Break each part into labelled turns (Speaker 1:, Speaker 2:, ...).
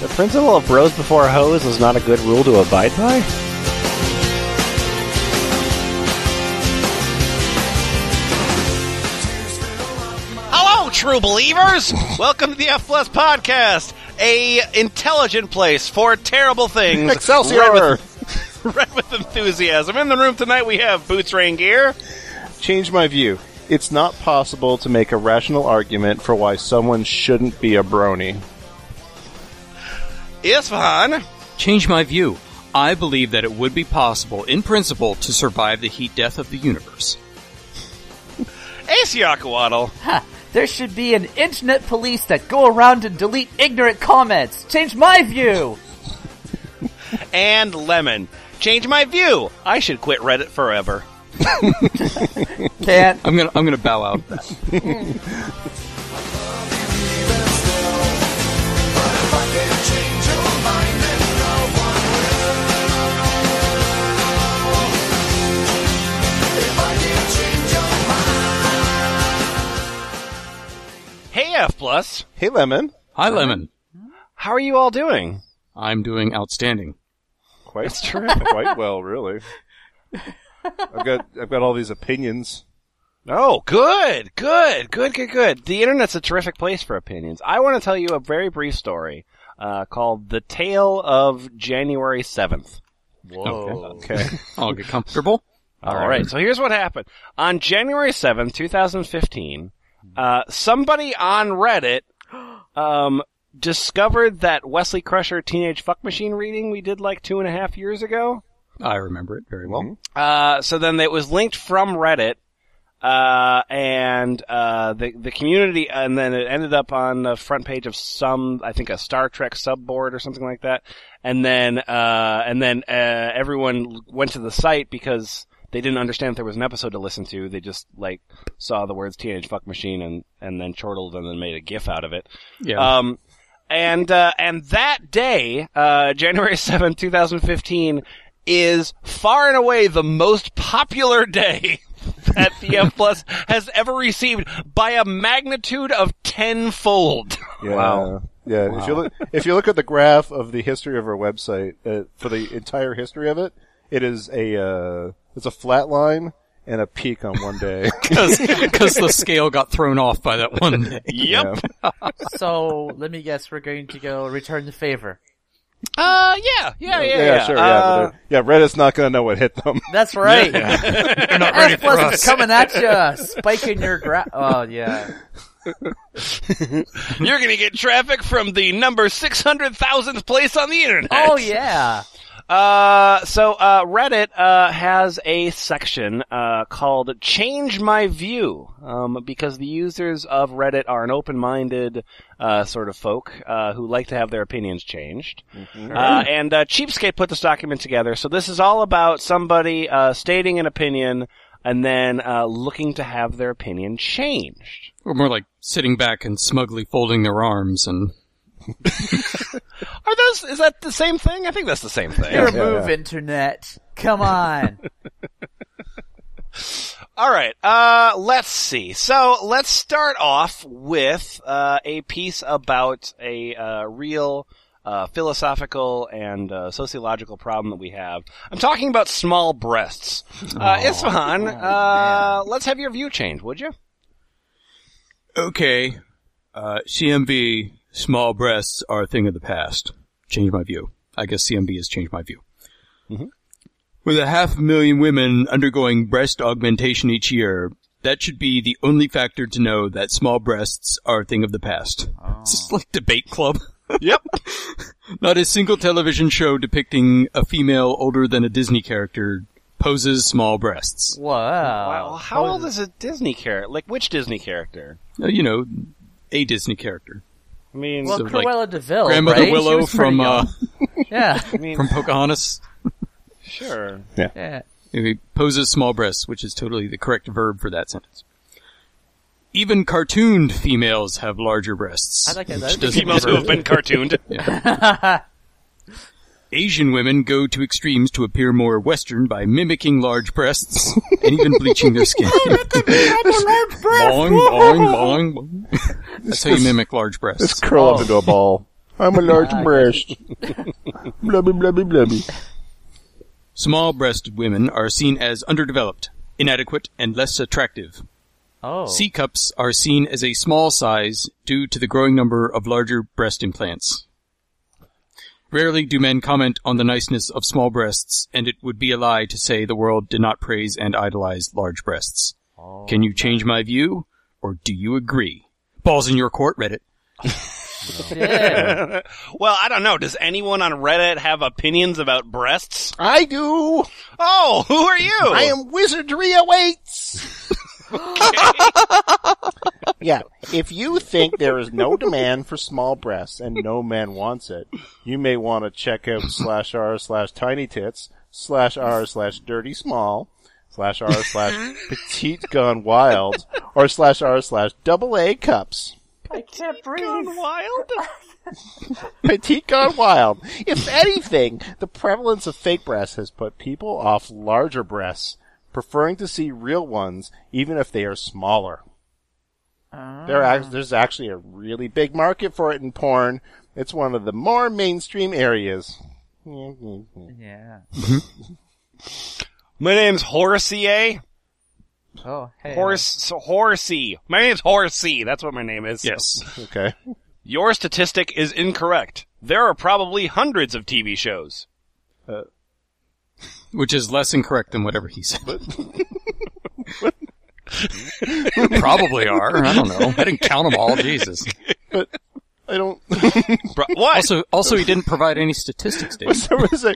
Speaker 1: The principle of bros before hoes is not a good rule to abide by?
Speaker 2: Hello, true believers. Welcome to the F Plus Podcast, a intelligent place for terrible things.
Speaker 3: Excelsior!
Speaker 2: Read with, read with enthusiasm. In the room tonight, we have Boots Rain Gear.
Speaker 3: Change my view. It's not possible to make a rational argument for why someone shouldn't be a brony.
Speaker 2: Isfahan.
Speaker 4: Change my view. I believe that it would be possible, in principle, to survive the heat death of the universe.
Speaker 2: Asiakawaddle.
Speaker 5: There should be an internet police that go around and delete ignorant comments. Change my view.
Speaker 2: And Lemon. Change my view. I should quit Reddit forever.
Speaker 5: Can't.
Speaker 4: I'm gonna, I'm gonna bow out. of that.
Speaker 2: Hey, F Plus.
Speaker 3: Hey, Lemon.
Speaker 4: Hi, Lemon.
Speaker 2: How are you all doing?
Speaker 4: I'm doing outstanding.
Speaker 3: Quite quite well, really. I've got I've got all these opinions.
Speaker 2: Oh, good, good, good, good, good. The internet's a terrific place for opinions. I want to tell you a very brief story uh, called "The Tale of January 7th.
Speaker 5: Whoa.
Speaker 3: Okay.
Speaker 4: I'll get comfortable.
Speaker 2: All right. So here's what happened. On January 7th, 2015, uh, somebody on Reddit, um, discovered that Wesley Crusher Teenage Fuck Machine reading we did like two and a half years ago.
Speaker 4: I remember it very well.
Speaker 2: Uh, so then it was linked from Reddit, uh, and uh, the the community, and then it ended up on the front page of some, I think, a Star Trek subboard or something like that. And then uh, and then uh, everyone went to the site because they didn't understand if there was an episode to listen to. They just like saw the words "teenage fuck machine" and and then chortled and then made a gif out of it.
Speaker 4: Yeah.
Speaker 2: Um, and uh, and that day, uh, January seventh, two 2015, is far and away the most popular day that the F Plus has ever received by a magnitude of tenfold.
Speaker 3: Yeah. Yeah. If you look if you look at the graph of the history of our website uh, for the entire history of it, it is a uh, it's a flat line and a peak on one day.
Speaker 4: Because the scale got thrown off by that one day.
Speaker 2: Yep.
Speaker 3: Yeah.
Speaker 5: So let me guess, we're going to go return the favor.
Speaker 2: Uh, yeah, yeah, yeah, yeah.
Speaker 3: sure. Yeah,
Speaker 2: Uh,
Speaker 3: but they're- yeah. Reddit's not gonna know what hit them.
Speaker 5: That's right.
Speaker 4: You're not ready
Speaker 5: S
Speaker 4: for
Speaker 5: plus is
Speaker 4: us.
Speaker 5: coming at you, spiking your gra- Oh yeah.
Speaker 2: you're gonna get traffic from the number six hundred thousandth place on the internet.
Speaker 5: Oh yeah.
Speaker 2: Uh, so uh, Reddit uh, has a section uh, called "Change My View" um, because the users of Reddit are an open-minded uh, sort of folk uh, who like to have their opinions changed. Uh, and uh, Cheapskate put this document together. So this is all about somebody uh, stating an opinion and then uh, looking to have their opinion changed.
Speaker 4: Or more like sitting back and smugly folding their arms and
Speaker 2: Are those? Is that the same thing? I think that's the same thing.
Speaker 5: Your
Speaker 3: yeah,
Speaker 5: move,
Speaker 3: yeah.
Speaker 5: internet. Come on.
Speaker 2: All right. Uh, let's see. So let's start off with uh, a piece about a uh, real uh, philosophical and uh, sociological problem that we have. I'm talking about small breasts. Uh, Isfahan, uh, let's have your view change, would you?
Speaker 4: okay, uh, CMB small breasts are a thing of the past. Changed my view. I guess CMB has changed my view. With a half million women undergoing breast augmentation each year, that should be the only factor to know that small breasts are a thing of the past. It's just like debate club.
Speaker 2: Yep.
Speaker 4: Not a single television show depicting a female older than a Disney character poses small breasts.
Speaker 5: Whoa.
Speaker 2: Wow. Oh, How old is a Disney character? Like which Disney character?
Speaker 4: Uh, You know, a Disney character.
Speaker 2: I mean,
Speaker 5: Well,
Speaker 4: So, like,
Speaker 5: Cruella Deville.
Speaker 4: Grandmother
Speaker 5: right? She
Speaker 4: Willow
Speaker 5: was pretty
Speaker 4: from uh,
Speaker 5: young. Yeah.
Speaker 2: I mean,
Speaker 4: from Pocahontas.
Speaker 2: sure.
Speaker 5: yeah.
Speaker 4: He poses small breasts, which is totally the correct verb for that sentence. Even cartooned females have larger breasts.
Speaker 5: I like that.
Speaker 4: which
Speaker 5: That's
Speaker 4: doesn't
Speaker 2: Females who have been cartooned.
Speaker 4: Asian women go to extremes to appear more Western by mimicking large breasts and even bleaching their skin. long, long, long. That's how you mimic large breasts.
Speaker 2: Oh.
Speaker 3: Curl up into a ball. I'm a large breast. blubby, blubby, blubby.
Speaker 4: Small breasted women are seen as underdeveloped, inadequate, and less attractive.
Speaker 5: Oh.
Speaker 4: C cups are seen as a small size due to the growing number of larger breast implants. Rarely do men comment on the niceness of small breasts, and it would be a lie to say the world did not praise and idolize large breasts. Can you change my view, or do you agree? Balls in your court, Reddit.
Speaker 5: Yeah.
Speaker 2: Well, I don't know. Does anyone on Reddit have opinions about breasts?
Speaker 3: I do.
Speaker 2: Oh, who are you?
Speaker 3: I am wizardry awaits. yeah, if you think there is no demand for small breasts and no man wants it, you may want to check out slash r slash tiny tits slash r slash dirty small slash r slash petite gone wild or slash r slash double A cups.
Speaker 5: I can't breathe.
Speaker 2: wild.
Speaker 3: Petite gone wild. If anything, the prevalence of fake breasts has put people off larger breasts, preferring to see real ones, even if they are smaller. There act- there's actually a really big market for it in porn. It's one of the more mainstream areas.
Speaker 5: Yeah.
Speaker 2: My name's Horsey.
Speaker 5: Oh, hey.
Speaker 2: Horse Horsey. My name's Horsey. That's what my name is.
Speaker 4: Yes.
Speaker 3: Okay.
Speaker 2: Your statistic is incorrect. There are probably hundreds of TV shows.
Speaker 4: Which is less incorrect than whatever he said. Probably are. I don't know. I didn't count them all. Jesus.
Speaker 3: I don't.
Speaker 2: Bru- what?
Speaker 4: Also, also, he didn't provide any statistics. Dave.
Speaker 3: was there was a,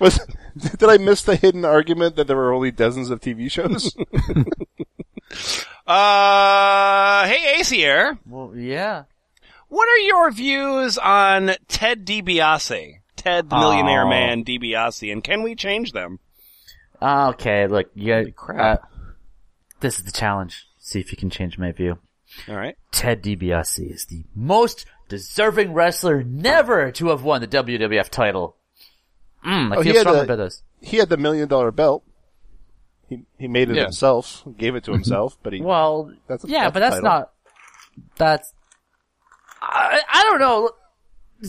Speaker 3: was did I miss the hidden argument that there were only dozens of TV shows?
Speaker 2: uh, hey, Acier.
Speaker 5: Well, yeah.
Speaker 2: What are your views on Ted DiBiase? Ted the Millionaire
Speaker 5: Aw.
Speaker 2: Man DiBiase, and can we change them?
Speaker 5: Ah, Okay, look, you
Speaker 4: crap.
Speaker 5: Uh, this is the challenge. See if you can change my view.
Speaker 2: All right.
Speaker 5: Ted DiBiase is the most deserving wrestler never to have won the WWF title. Mm, I
Speaker 3: Oh, he
Speaker 5: feel
Speaker 3: had
Speaker 5: strongly
Speaker 3: a-
Speaker 5: about this.
Speaker 3: he had the million dollar belt. He he made it
Speaker 4: Yeah.
Speaker 3: himself, gave it to himself, but he
Speaker 5: Well,
Speaker 3: That's a-
Speaker 5: yeah,
Speaker 3: that's
Speaker 5: but
Speaker 3: a
Speaker 5: that's
Speaker 3: title.
Speaker 5: not. That's. I, I don't know.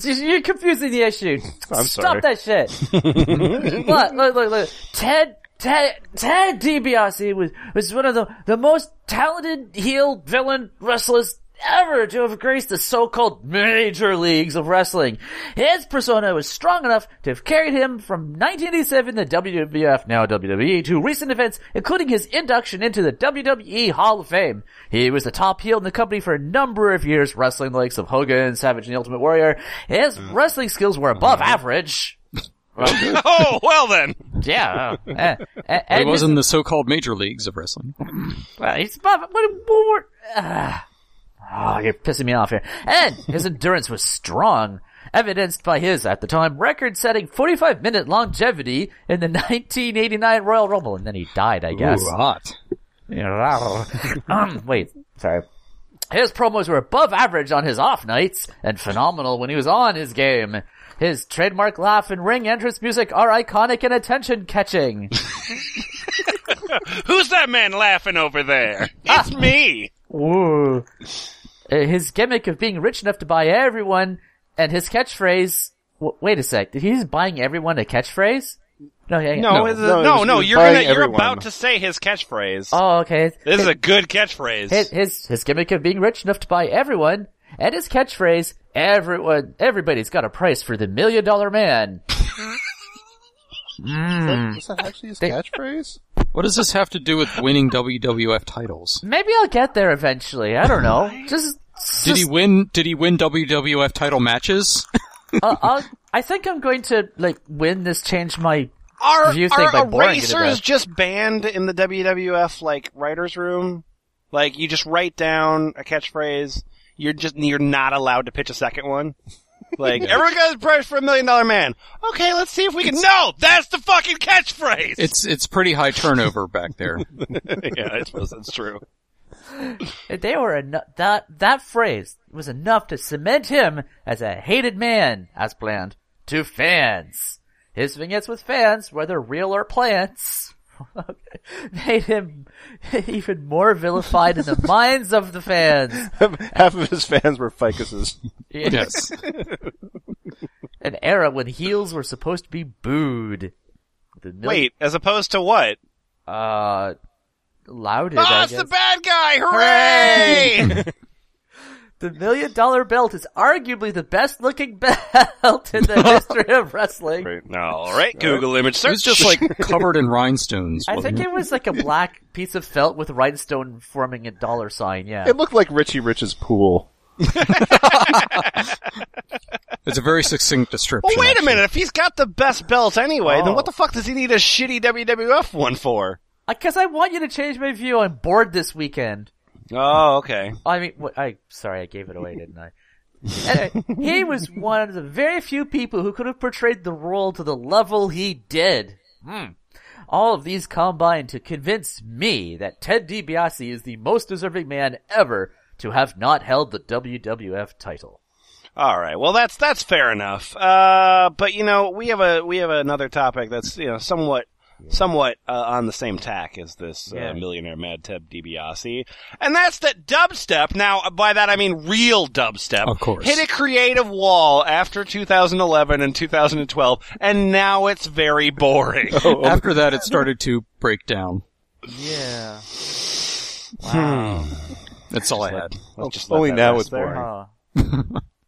Speaker 5: You're confusing the issue.
Speaker 3: I'm
Speaker 5: Stop
Speaker 3: sorry.
Speaker 5: that shit. look, look, look, look. Ted, Ted, Ted DiBiase was, was one of the, the most talented heel villain wrestlers ever to have graced the so-called major leagues of wrestling. His persona was strong enough to have carried him from 1987, the WWF, now WWE, to recent events, including his induction into the WWE Hall of Fame. He was the top heel in the company for a number of years, wrestling the likes of Hogan, Savage, and the Ultimate Warrior. His wrestling skills were above average.
Speaker 2: oh, well then.
Speaker 5: Yeah. oh, eh, eh,
Speaker 4: It
Speaker 5: and
Speaker 4: was in the so-called major leagues of wrestling.
Speaker 5: Well, he's above it. What, what, what, ah. oh, you're pissing me off here. And his endurance was strong, evidenced by his, at the time, record-setting 45-minute longevity in the 1989 Royal Rumble. And then he died, I guess.
Speaker 4: Ooh, uh, hot.
Speaker 5: um, wait, sorry. His promos were above average on his off nights and phenomenal when he was on his game. His trademark laugh and ring entrance music are iconic and attention-catching.
Speaker 2: Who's that man laughing over there? It's me.
Speaker 5: Ooh. Uh, his gimmick of being rich enough to buy everyone and his catchphrase. W- wait a sec. Did he's buying everyone a catchphrase? No, hang on.
Speaker 2: No, it's-
Speaker 3: no,
Speaker 2: no,
Speaker 3: it
Speaker 2: Oh, no,
Speaker 3: was- it was
Speaker 2: you're gonna,
Speaker 3: by
Speaker 2: you're
Speaker 3: everyone.
Speaker 2: about to say his catchphrase.
Speaker 5: Oh, okay.
Speaker 2: this is a good catchphrase.
Speaker 5: His, his his gimmick of being rich enough to buy everyone and his catchphrase. Everyone, everybody's got a price for the million dollar man.
Speaker 3: Is that actually his catchphrase?
Speaker 4: What does this have to do with winning WWF titles?
Speaker 5: Maybe I'll get there eventually. I don't know. Just,
Speaker 4: Did he win? Did he win WWF title matches?
Speaker 5: uh, I'll, I think I'm going to like win this. Change my
Speaker 2: Are,
Speaker 5: You think by
Speaker 2: are
Speaker 5: boring you to
Speaker 2: erasers
Speaker 5: death.
Speaker 2: just banned in the WWF like writers room? Like you just write down a catchphrase. You're just you're not allowed to pitch a second one. Like everyone got a price for a million dollar man. Okay, let's see if we can. no, that's the fucking catchphrase.
Speaker 4: It's it's pretty high turnover back there.
Speaker 2: yeah, I suppose that's true.
Speaker 5: They were enough. That that phrase was enough to cement him as a hated man, as planned, to fans. His vignettes with fans, whether real or plants, okay. made him even more vilified in the minds of the fans.
Speaker 3: Half of his fans were ficuses.
Speaker 4: Yes.
Speaker 5: An era when heels were supposed to be booed. The mil-
Speaker 2: Wait, as opposed to what?
Speaker 5: uh, lauded.
Speaker 2: Ah,
Speaker 5: I
Speaker 2: it's
Speaker 5: guess.
Speaker 2: the bad guy! Hooray!
Speaker 5: The million dollar belt is arguably the best looking belt in the history of wrestling.
Speaker 2: All right, Google image
Speaker 4: It
Speaker 2: search.
Speaker 4: was just like covered in rhinestones.
Speaker 5: I
Speaker 4: wasn't
Speaker 5: think it was like a black piece of felt with rhinestone forming a dollar sign. Yeah.
Speaker 3: It looked like Richie Rich's pool.
Speaker 4: It's a very succinct description.
Speaker 2: well, wait a
Speaker 4: actually.
Speaker 2: minute. If he's got the best belt anyway,
Speaker 5: Oh.
Speaker 2: then what the fuck does he need a shitty WWF one for?
Speaker 5: Because I want you to change my view. I'm bored this weekend.
Speaker 2: Oh, okay.
Speaker 5: I mean, wh- I sorry, I gave it away, didn't I? Anyway, he was one of the very few people who could have portrayed the role to the level he did. Hmm. All of these combined to convince me that Ted DiBiase is the most deserving man ever to have not held the WWF title.
Speaker 2: All right. Well, that's that's fair enough. Uh, but you know, we have a we have another topic that's you know somewhat somewhat uh, on the same tack as this
Speaker 5: Yeah.
Speaker 2: uh, millionaire Mad Ted DiBiase, and that's that dubstep. Now, by that I mean real dubstep.
Speaker 4: Of course.
Speaker 2: hit a creative wall after 2011 and 2012, and now it's very boring.
Speaker 4: After that, it started to break down.
Speaker 5: Yeah.
Speaker 2: Hmm.
Speaker 4: That's all I had.
Speaker 2: Let's just let
Speaker 3: Only
Speaker 2: that
Speaker 3: now
Speaker 2: rest
Speaker 3: it's
Speaker 2: there.
Speaker 3: boring.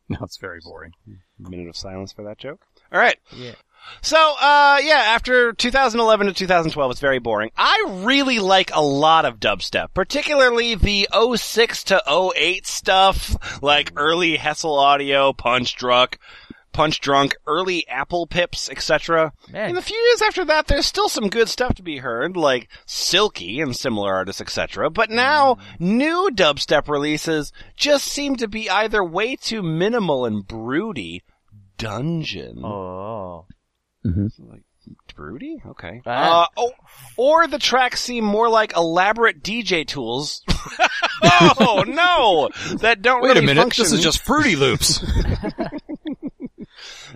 Speaker 4: Now it's very boring.
Speaker 2: Minute of silence for that joke. All right.
Speaker 5: Yeah.
Speaker 2: So, uh, yeah, after 2011 to 2012, it's very boring. I really like a lot of dubstep, particularly the 06 to 08 stuff, like early Hessel Audio, Punch Drunk, Punch Drunk, early Apple Pips, etc.
Speaker 5: Man.
Speaker 2: In the few years after that, there's still some good stuff to be heard, like Silky and similar artists, etc. But now,
Speaker 5: Mm.
Speaker 2: new dubstep releases just seem to be either way too minimal and broody, dungeon.
Speaker 5: Oh.
Speaker 2: Broody? Okay.
Speaker 5: Ah.
Speaker 2: Uh, oh, or the tracks seem more like elaborate DJ tools. oh no, that don't
Speaker 4: Wait
Speaker 2: really
Speaker 4: a minute.
Speaker 2: function.
Speaker 4: This is just Fruity Loops.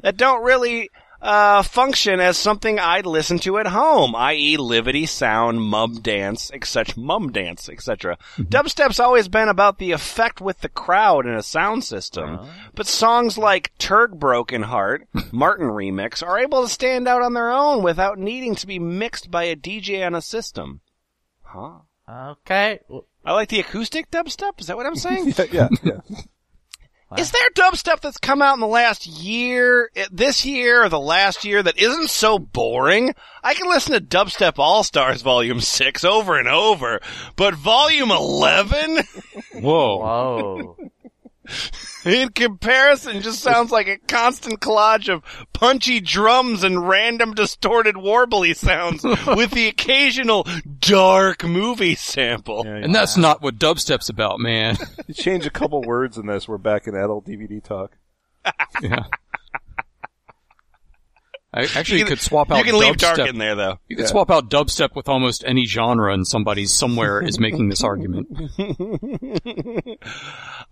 Speaker 2: that don't really uh, function as something I'd listen to at home, i.e., livity sound, mum dance, etc. Mum dance, etc. Dubstep's always been about the effect with the crowd in a sound system, but songs like "Turg Broken Heart," Martin remix, are able to stand out on their own without needing to be mixed by a DJ on a system. Huh.
Speaker 5: Okay. Well,
Speaker 2: I like the acoustic dubstep. Is that what I'm saying?
Speaker 3: Yeah, yeah, yeah.
Speaker 2: Is there dubstep that's come out in the last year, eh, this year or the last year that isn't so boring? I can listen to Dubstep All Stars Volume 6 over and over, but Volume 11
Speaker 4: Whoa.
Speaker 5: Whoa.
Speaker 2: in comparison just sounds like a constant collage of punchy drums and random distorted warbly sounds with the occasional dark movie sample.
Speaker 4: And that's not what dubstep's about, man.
Speaker 3: You change a couple words in this, we're back in adult DVD talk.
Speaker 4: yeah. I actually
Speaker 2: You can-
Speaker 4: could swap out
Speaker 2: You can leave dark
Speaker 4: dubstep-
Speaker 2: in there though.
Speaker 4: You could swap out dubstep with almost any genre and somebody somewhere is making this argument.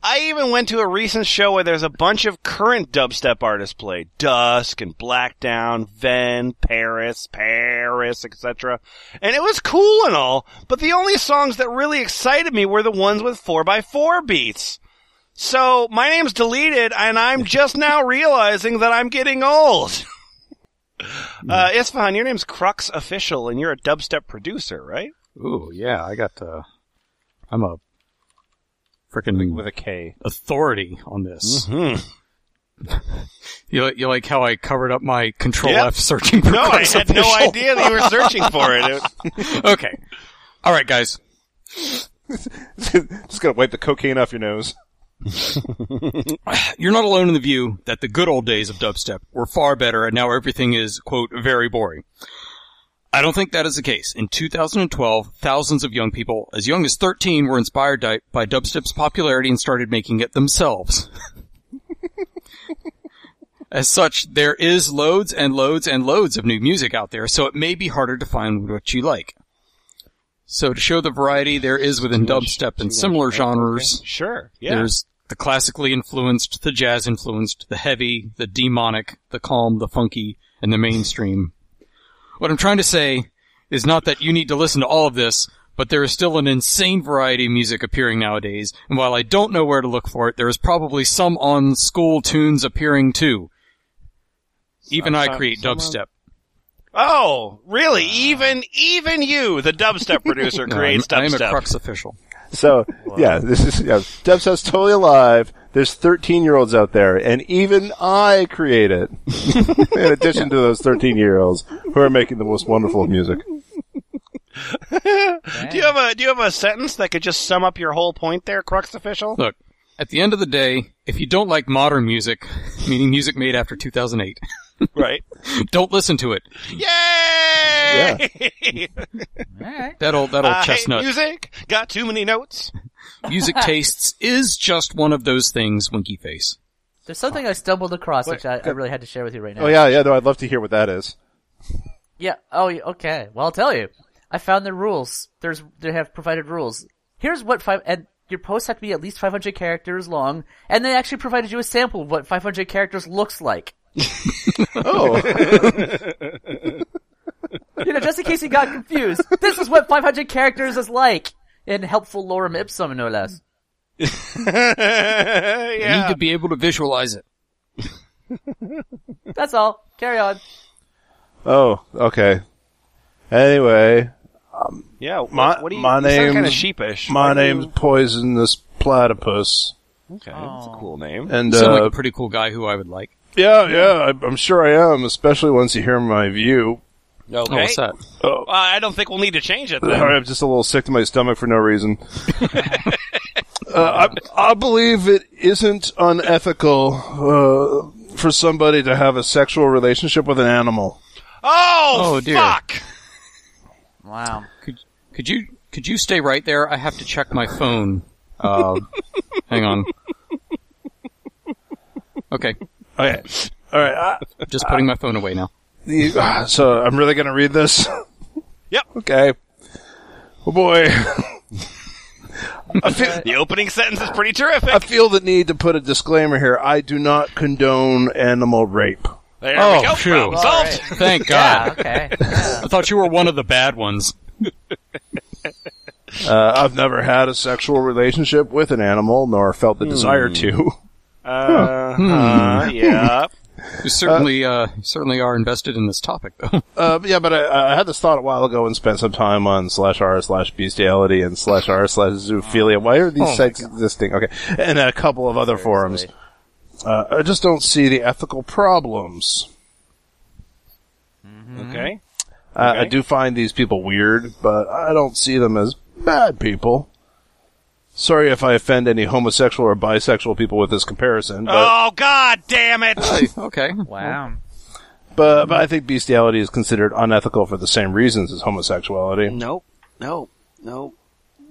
Speaker 2: I even went to a recent show where there's a bunch of current dubstep artists played. Dusk and Blackdown, Ven, Paris, Paris, etc. And it was cool and all, but the only songs that really excited me were the ones with 4x4 beats. So, my name's deleted, and I'm just now realizing that I'm getting old. Uh, Isfahan, your name's Crux Official, and you're a dubstep producer, right?
Speaker 4: Ooh, yeah, I got, uh, I'm a
Speaker 3: With
Speaker 4: freaking
Speaker 3: a K.
Speaker 4: authority on this.
Speaker 2: Mm-hmm.
Speaker 4: you, li- you like how I covered up my control
Speaker 2: Yeah.
Speaker 4: F searching for
Speaker 2: No, I
Speaker 4: Crux
Speaker 2: had no
Speaker 4: Official?
Speaker 2: idea that you were searching for it. It-
Speaker 4: Okay. All right, guys.
Speaker 3: Just gonna wipe the cocaine off your nose.
Speaker 4: You're not alone in the view that the good old days of dubstep were far better and now everything is, quote, very boring. I don't think that is the case. In 2012, thousands of young people, as young as 13, were inspired di- by dubstep's popularity and started making it themselves. as such, there is loads and loads and loads of new music out there, so it may be harder to find what you like. So to show the variety there is within dubstep and similar genres,
Speaker 2: Sure. Yeah.
Speaker 4: there's the classically influenced, the jazz influenced, the heavy, the demonic, the calm, the funky, and the mainstream. What I'm trying to say is not that you need to listen to all of this, but there is still an insane variety of music appearing nowadays, and while I don't know where to look for it, there is probably some on school tunes appearing too. Even I create dubstep.
Speaker 2: Oh, really? even even you, the dubstep producer,
Speaker 4: No, I'm,
Speaker 2: creates
Speaker 4: I am a
Speaker 2: dubstep.
Speaker 4: crux official.
Speaker 3: So yeah, this is yeah, Dubstep's totally alive. There's 13 year olds out there, and even I create it. In addition to those 13 year olds who are making the most wonderful music.
Speaker 2: Do you have a Do you have a sentence that could just sum up your whole point there, Crux official?
Speaker 4: Look, at the end of the day, if you don't like modern music, meaning music made after 2008,
Speaker 2: right.
Speaker 4: don't listen to it.
Speaker 2: Yay!
Speaker 5: All right.
Speaker 4: That old that old
Speaker 2: I hate
Speaker 4: chestnut.
Speaker 2: music. Got too many notes.
Speaker 4: music tastes is just one of those things, Winky Face.
Speaker 5: There's something I stumbled across which I, I really had to share with you right now.
Speaker 3: Oh yeah, yeah. No, I'd love to hear what that is.
Speaker 5: Yeah. Oh, y- okay. Well, I'll tell you. I found the rules. There's they have provided rules. Here's what five and your posts have to be at least 500 characters long, and they actually provided you a sample of what 500 characters looks like. oh. you know, just in case you got confused, this is what 500 characters is like in helpful lorem ipsum, no less.
Speaker 4: You need
Speaker 2: yeah.
Speaker 4: to be able to visualize it.
Speaker 5: That's all. Carry on.
Speaker 3: Oh, okay. Anyway,
Speaker 2: Yeah. What,
Speaker 3: My-
Speaker 2: what do you,
Speaker 3: my name-
Speaker 2: kind of sheepish.
Speaker 3: my
Speaker 2: What do you-
Speaker 3: name's Poisonous Platypus,
Speaker 2: Okay, that's a cool name.
Speaker 3: and
Speaker 4: You sound like
Speaker 3: uh,
Speaker 4: a pretty cool guy who I would like.
Speaker 3: yeah, yeah, I, I'm sure I am. Especially once you hear my view.
Speaker 4: Oh, what's that?
Speaker 3: Oh,
Speaker 2: Uh, I don't think we'll need to change it then.
Speaker 3: Sorry, I'm just a little sick to my stomach for no reason. uh, I, I believe it isn't unethical uh, for somebody to have a sexual relationship with an animal.
Speaker 2: Oh,
Speaker 4: Oh, dear.
Speaker 2: fuck!
Speaker 5: Wow.
Speaker 4: Could could you could you stay right there? I have to check my phone. Uh, hang on. Okay,
Speaker 3: Okay. All right. I,
Speaker 4: just putting my phone away now.
Speaker 3: the- ah, so I'm really going to read this?
Speaker 2: Yep.
Speaker 3: Okay. Oh, boy. I feel,
Speaker 2: The opening sentence is pretty terrific.
Speaker 3: I feel the need to put a disclaimer here. I do not condone animal rape.
Speaker 2: there
Speaker 4: Oh,
Speaker 2: we go.
Speaker 4: phew.
Speaker 2: Problem
Speaker 5: All
Speaker 2: solved.
Speaker 5: right.
Speaker 4: Thank
Speaker 5: Yeah,
Speaker 4: God.
Speaker 5: okay.
Speaker 4: I thought you were one of the bad ones.
Speaker 3: Uh, I've never had a sexual relationship with an animal, nor felt the desire to.
Speaker 2: Uh, uh, yeah.
Speaker 4: You certainly uh, you certainly are invested in this topic, though.
Speaker 3: Uh, yeah, but I, I had this thought a while ago and spent some time on slash r slash bestiality and slash r slash zoophilia. Why are these sites existing? Okay, and a couple of other forums. Uh, I just don't see the ethical problems.
Speaker 4: Mm-hmm.
Speaker 2: Okay.
Speaker 3: I, I do find these people weird, but I don't see them as bad people. Sorry if I offend any homosexual or bisexual people with this comparison, but
Speaker 2: oh God, damn it!
Speaker 4: okay.
Speaker 5: Wow.
Speaker 3: but, but I think bestiality is considered unethical for the same reasons as homosexuality.
Speaker 2: Nope. Nope. Nope.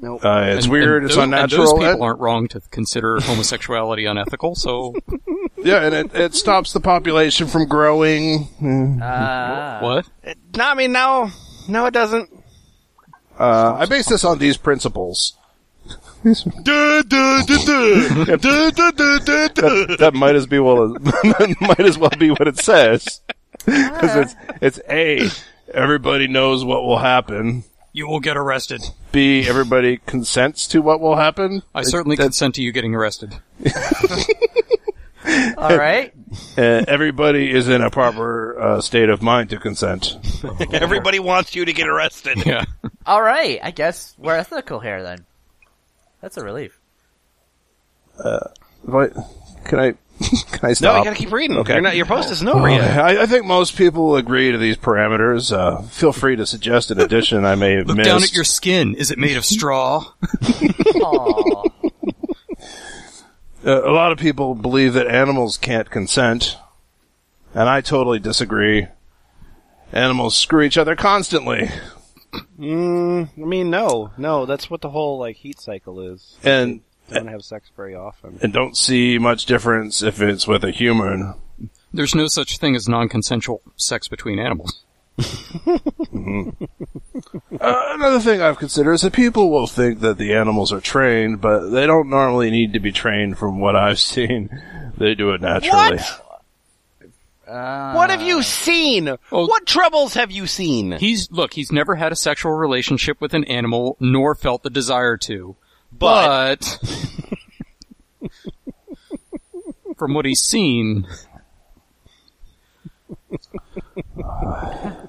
Speaker 2: Nope.
Speaker 3: Uh, it's
Speaker 4: And-
Speaker 3: weird.
Speaker 4: and
Speaker 3: it's
Speaker 4: tho-
Speaker 3: unnatural.
Speaker 4: And those people
Speaker 3: and-
Speaker 4: aren't wrong to consider homosexuality unethical. So
Speaker 3: Yeah, and it, it stops the population from growing.
Speaker 5: Ah.
Speaker 4: what?
Speaker 2: no, I mean, no, no, it doesn't.
Speaker 3: Uh, I base this on these principles. that, that might as be well that might as well be what it says because it's it's a everybody knows what will happen.
Speaker 4: You will get arrested.
Speaker 3: B everybody consents to what will happen,
Speaker 4: I certainly consent to you getting arrested.
Speaker 5: All right.
Speaker 3: and everybody is in a proper uh, state of mind to consent.
Speaker 2: Everybody wants you to get arrested.
Speaker 4: Yeah.
Speaker 5: All right, I guess we're ethical here then. That's a relief.
Speaker 3: What? Can I? Can I
Speaker 2: No,
Speaker 3: stop?
Speaker 2: you gotta keep reading.
Speaker 3: Okay.
Speaker 2: You're not, your post isn't over yet.
Speaker 3: I, I think most people agree to these parameters. Uh, feel free to suggest an addition I may have
Speaker 4: Look
Speaker 3: missed.
Speaker 4: down at your skin. Is it made of straw?
Speaker 5: Aw.
Speaker 3: Uh, a lot of people believe that animals can't consent, and I totally disagree. Animals screw each other constantly,
Speaker 2: Mm, I mean, no, no. That's what the whole like heat cycle is.
Speaker 3: and
Speaker 2: Don't have sex very often.
Speaker 3: and don't see much difference if it's with a human.
Speaker 4: There's no such thing as non-consensual sex between animals.
Speaker 3: Uh, another thing I've considered is that people will think that the animals are trained, but they don't normally need to be trained. From what I've seen, they do it naturally.
Speaker 2: what have you seen? what troubles have you seen?
Speaker 4: He's look, he's never had a sexual relationship with an animal nor felt the desire to.
Speaker 2: But-
Speaker 4: But from what he's seen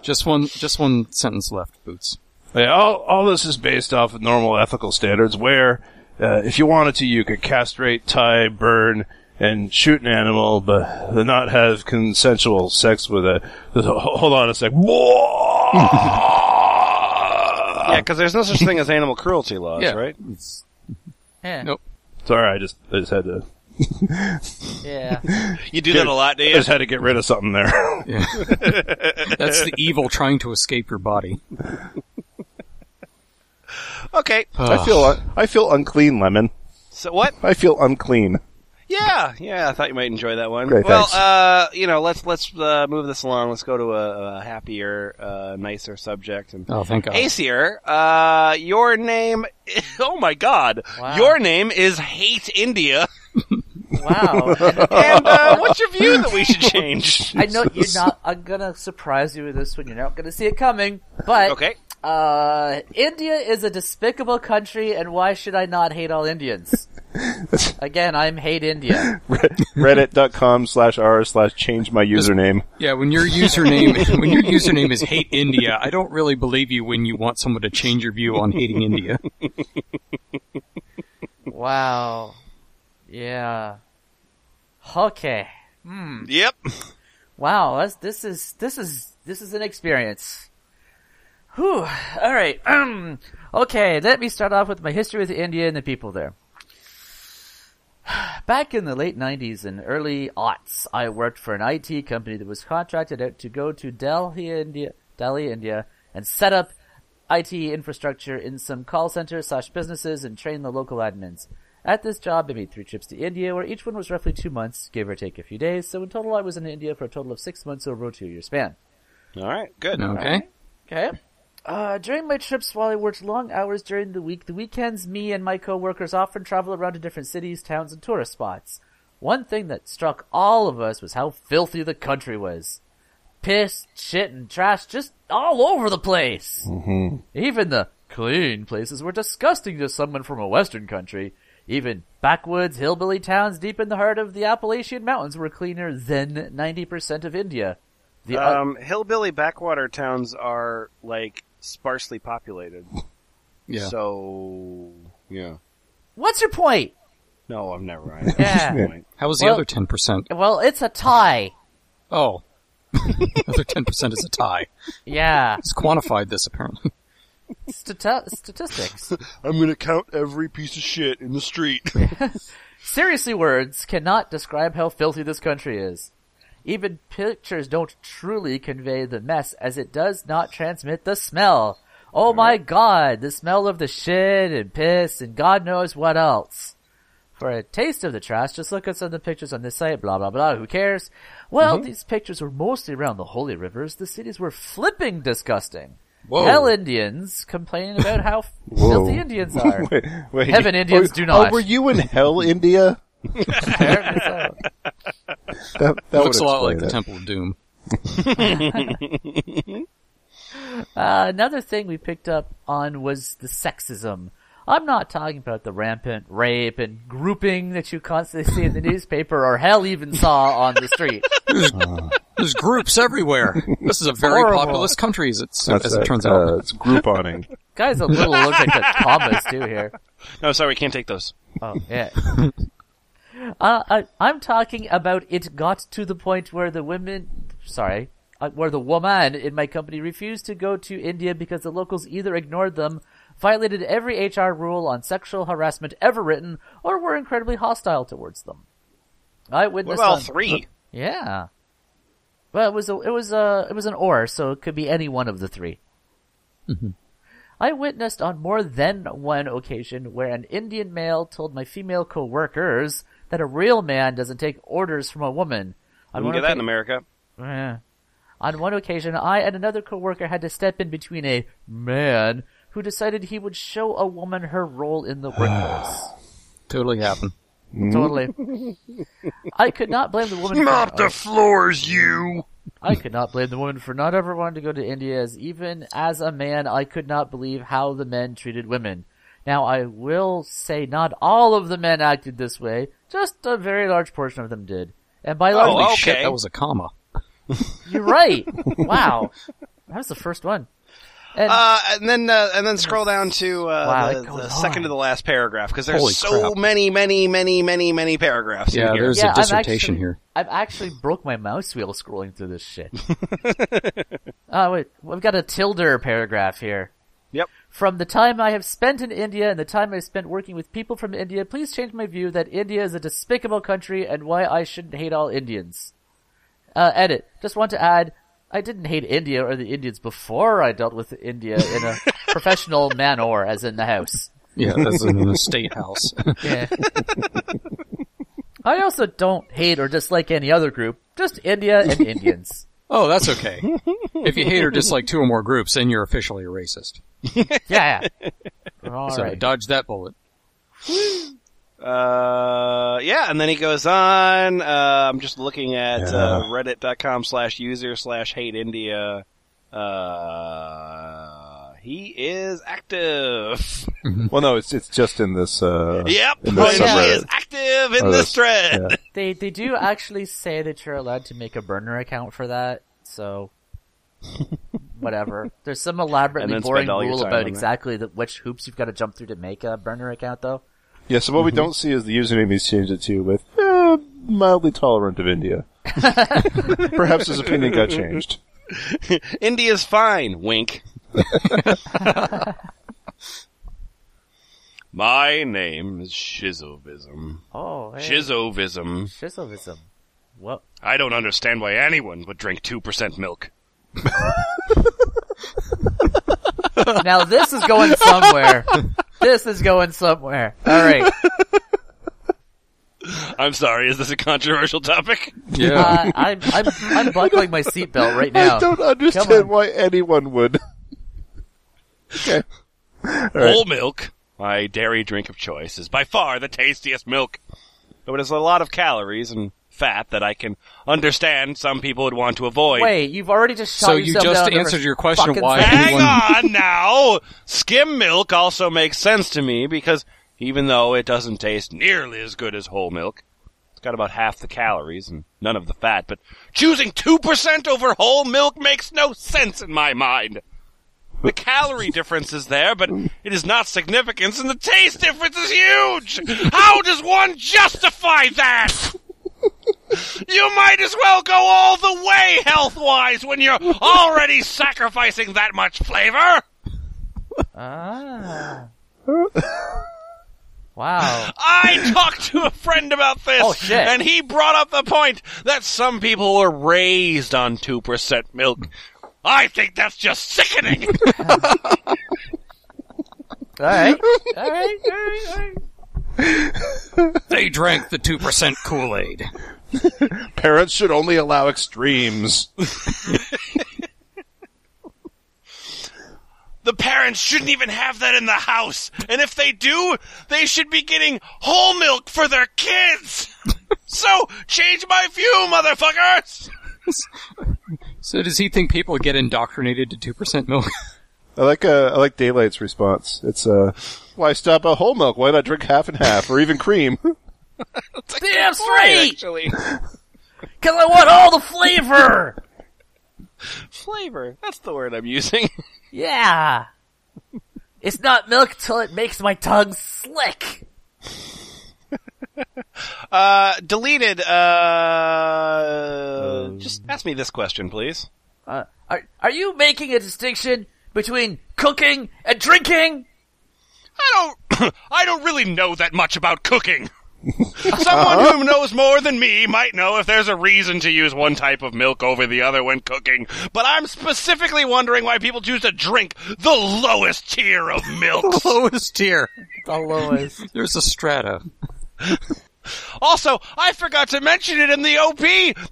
Speaker 4: Just one just one sentence left, Boots.
Speaker 6: Yeah, all, all this is based off of normal ethical standards where, uh, if you wanted to, you could castrate, tie, burn, and shoot an animal, but not have consensual sex with a. Hold on a sec.
Speaker 2: yeah, because there's no such thing as animal cruelty laws,
Speaker 4: Yeah.
Speaker 2: right?
Speaker 5: Yeah.
Speaker 4: Nope.
Speaker 6: Sorry, I just I just had to
Speaker 5: Yeah.
Speaker 7: You do that a lot, do
Speaker 6: I
Speaker 7: you?
Speaker 6: just had to get rid of something there.
Speaker 4: That's the evil trying to escape your body.
Speaker 2: Okay.
Speaker 3: I feel un- I feel unclean, lemon.
Speaker 2: So what?
Speaker 3: I feel unclean.
Speaker 2: Yeah, yeah. I thought you might enjoy that one.
Speaker 3: Great,
Speaker 2: well,
Speaker 3: thanks.
Speaker 2: uh, you know, let's let's uh, move this along. Let's go to a, a happier, uh, nicer subject. And
Speaker 4: Oh, thank God.
Speaker 2: Aesir, uh, your name. Oh my God,
Speaker 5: Wow.
Speaker 2: your name is Hate India.
Speaker 5: Wow.
Speaker 2: And uh, what's your view that we should change?
Speaker 5: I know you're not. I'm gonna surprise you with this one. You're not gonna see it coming. But
Speaker 2: Okay.
Speaker 5: uh, India is a despicable country, and why should I not hate all Indians? Again, I'm hate India.
Speaker 3: Reddit.com slash r slash change my username.
Speaker 4: Yeah, when your username when your username is hate India, I don't really believe you when you want someone to change your view on hating India.
Speaker 5: Wow. Yeah. Okay. Hmm.
Speaker 7: Yep.
Speaker 5: Wow, that's, this is this is this is an experience. Whew. All right. Um. Okay. Let me start off with my history with India and the people there. Back in the late '90s and early aughts, I worked for an IT company that was contracted out to go to Delhi, India, Delhi, India, and set up IT infrastructure in some call centers slash businesses and train the local admins. At this job, I made three trips to India, where each one was roughly two months, give or take a few days. So in total, I was in India for a total of six months over a two-year span.
Speaker 2: All right. Good.
Speaker 4: Okay?
Speaker 5: Okay. Uh, during my trips, while I worked long hours during the week, the weekends, me and my coworkers often travel around to different cities, towns, and tourist spots. One thing that struck all of us was how filthy the country was. Piss, shit, and trash just all over the place. Even the clean places were disgusting to someone from a western country. Even backwoods, hillbilly towns deep in the heart of the Appalachian Mountains were cleaner than 90% of India. The uh, oth-
Speaker 2: Um, hillbilly backwater towns are like sparsely populated.
Speaker 4: Yeah.
Speaker 2: So yeah.
Speaker 5: What's your point?
Speaker 2: No, I'm never mind.
Speaker 5: Yeah.
Speaker 4: How was the
Speaker 5: Well-
Speaker 4: other ten percent?
Speaker 5: Well, it's a tie.
Speaker 4: Oh, the other ten percent is a tie.
Speaker 5: Yeah.
Speaker 4: It's quantified this apparently.
Speaker 5: Stati- statistics.
Speaker 6: I'm gonna count every piece of shit in the street.
Speaker 5: Seriously, words cannot describe how filthy this country is. Even pictures don't truly convey the mess as it does not transmit the smell. Oh my god, the smell of the shit and piss and god knows what else. For a taste of the trash, just look at some of the pictures on this site, blah blah blah, who cares? Well, these pictures were mostly around the holy rivers. The cities were flipping disgusting.
Speaker 4: Whoa.
Speaker 5: Hell Indians complaining about how filthy Indians are.
Speaker 3: Wait, wait.
Speaker 5: Heaven Indians
Speaker 3: oh,
Speaker 5: do not.
Speaker 3: Oh, were you in Hell India?
Speaker 5: Apparently so.
Speaker 3: That, that
Speaker 4: Looks a
Speaker 3: would
Speaker 4: lot like
Speaker 3: explain
Speaker 4: the
Speaker 3: it.
Speaker 4: Temple of Doom.
Speaker 5: Uh, another thing we picked up on was the sexism. I'm not talking about the rampant rape and grouping that you constantly see in the newspaper or hell even saw on the street.
Speaker 4: There's groups everywhere. This is a very
Speaker 5: Horrible.
Speaker 4: populous country, as, it's,
Speaker 3: That's
Speaker 4: as it
Speaker 3: like,
Speaker 4: turns
Speaker 3: uh,
Speaker 4: out.
Speaker 3: it's grouponing.
Speaker 5: Guys, a little look at the commas too here.
Speaker 2: no, sorry, we can't take those.
Speaker 5: Oh yeah. uh, I, I'm talking about it got to the point where the women, sorry, uh, where the woman in my company refused to go to India because the locals either ignored them, violated every HR rule on sexual harassment ever written, or were incredibly hostile towards them. I
Speaker 2: What
Speaker 5: witnessed
Speaker 2: about all
Speaker 5: on-
Speaker 2: three?
Speaker 5: Yeah. Well, it was a, it was a, it was an or, so it could be any one of the 3 I witnessed on more than one occasion where an Indian male told my female coworkers that a real man doesn't take orders from a woman. On
Speaker 2: We can
Speaker 5: one
Speaker 2: get that
Speaker 5: occa-
Speaker 2: in America.
Speaker 5: Eh. On one occasion, I and another coworker had to step in between a man who decided he would show a woman her role in the workforce.
Speaker 4: Totally happened.
Speaker 5: Totally. I could not blame the woman.
Speaker 7: Mop
Speaker 5: for,
Speaker 7: the floors, you.
Speaker 5: I could not blame the woman for not ever wanting to go to India. As even as a man, I could not believe how the men treated women. Now, I will say not all of the men acted this way. Just a very large portion of them did. And by large,
Speaker 7: Oh,
Speaker 4: Holy shit,
Speaker 7: okay.
Speaker 4: that was a comma.
Speaker 5: you're right. Wow, that was the first one. And
Speaker 2: Uh, and then uh, and then scroll down to uh,
Speaker 5: Wow,
Speaker 2: the,
Speaker 5: it goes
Speaker 2: the second
Speaker 5: on.
Speaker 2: to the last paragraph because there's
Speaker 4: Holy
Speaker 2: so
Speaker 4: crap.
Speaker 2: many, many, many, many, many paragraphs.
Speaker 4: Yeah,
Speaker 2: in here.
Speaker 4: there's a
Speaker 5: yeah, I've
Speaker 4: dissertation
Speaker 5: actually,
Speaker 4: here.
Speaker 5: I've actually broke my mouse wheel scrolling through this shit. oh wait, we've got a tilde paragraph here.
Speaker 2: Yep.
Speaker 5: From the time I have spent in India and the time I spent working with people from India, please change my view that India is a despicable country and why I shouldn't hate all Indians. Uh, edit. Just want to add, I didn't hate India or the Indians before I dealt with India in a professional manner, as in the house.
Speaker 4: Yeah, that's in the state house.
Speaker 5: Yeah. I also don't hate or dislike any other group, just India and Indians.
Speaker 4: oh, that's okay. If you hate or dislike two or more groups, then you're officially a racist.
Speaker 5: Yeah. All
Speaker 4: so
Speaker 5: right.
Speaker 4: dodge that bullet.
Speaker 2: Uh, yeah, and then he goes on. Uh, I'm just looking at uh, reddit.com slash user slash hate India. Uh, he is active.
Speaker 3: Well, no, it's it's just in this. Uh,
Speaker 2: Yep,
Speaker 3: in
Speaker 2: he
Speaker 3: the subreddit.
Speaker 2: is active in
Speaker 3: Oh,
Speaker 2: this
Speaker 3: that's-
Speaker 2: thread.
Speaker 3: yeah.
Speaker 5: They they do actually say that you're allowed to make a burner account for that, so whatever. There's some elaborately
Speaker 2: then
Speaker 5: boring
Speaker 2: spend all your
Speaker 5: rule
Speaker 2: time on
Speaker 5: about
Speaker 2: that.
Speaker 5: exactly the, which hoops you've got to jump through to make a burner account, though.
Speaker 3: Yeah, so what we don't see is the username he's changed it to with eh, mildly tolerant of India. Perhaps his opinion got changed.
Speaker 2: India's fine, wink. My name is Shizovism.
Speaker 5: Oh, hey,
Speaker 2: Shizovism.
Speaker 5: shizovism. What?
Speaker 2: I don't understand why anyone would drink 2% milk.
Speaker 5: Now this is going somewhere. this is going somewhere. All right.
Speaker 2: I'm sorry, is this a controversial topic?
Speaker 4: Yeah.
Speaker 5: Uh, I'm I'm I'm buckling my seatbelt right
Speaker 3: I
Speaker 5: now.
Speaker 3: don't
Speaker 5: Come on.
Speaker 3: understand why anyone would.
Speaker 2: Whole milk, my dairy drink of choice, is by far the tastiest milk. But it has a lot of calories and fat that I can understand some people would want to avoid.
Speaker 5: Wait, you've already just shot
Speaker 4: So you
Speaker 5: yourself
Speaker 4: just
Speaker 5: down
Speaker 4: answered
Speaker 5: the
Speaker 4: your question
Speaker 5: fucking
Speaker 4: why-
Speaker 5: thing.
Speaker 2: Hang
Speaker 4: Anyone-
Speaker 2: on now! Skim milk also makes sense to me because even though it doesn't taste nearly as good as whole milk, it's got about half the calories and none of the fat, but choosing 2% over whole milk makes no sense in my mind. The calorie difference is there, but it is not significant, and the taste difference is huge! How does one justify that? You might as well go all the way health wise when you're already sacrificing that much flavor.
Speaker 5: Ah. wow.
Speaker 2: I talked to a friend about this,
Speaker 5: Oh, shit.
Speaker 2: and he brought up the point that some people were raised on 2% milk. I think that's just sickening.
Speaker 5: All right. All right. All right. All right.
Speaker 4: They drank the 2% Kool-Aid.
Speaker 6: Parents should only allow extremes.
Speaker 2: the parents shouldn't even have that in the house, and if they do, they should be getting whole milk for their kids. so, change my view, motherfuckers!
Speaker 4: So does he think people get indoctrinated to 2% milk?
Speaker 3: I like uh, I like Daylight's response. It's uh, why stop at whole milk? Why not drink half and half, or even cream?
Speaker 5: Damn straight.
Speaker 2: Actually.
Speaker 5: Cause I want all the flavor.
Speaker 2: Flavor. That's the word I'm using.
Speaker 5: Yeah. It's not milk till it makes my tongue slick.
Speaker 2: Uh, deleted. Uh, just ask me this question, please.
Speaker 5: Uh, are are you making a distinction between cooking and drinking?
Speaker 2: I don't. I don't really know that much about cooking. Someone who knows more than me might know if there's a reason to use one type of milk over the other when cooking, but I'm specifically wondering why people choose to drink the lowest tier of milks.
Speaker 4: Lowest tier.
Speaker 5: The lowest.
Speaker 4: There's a strata.
Speaker 2: Also, I forgot to mention it in the OP,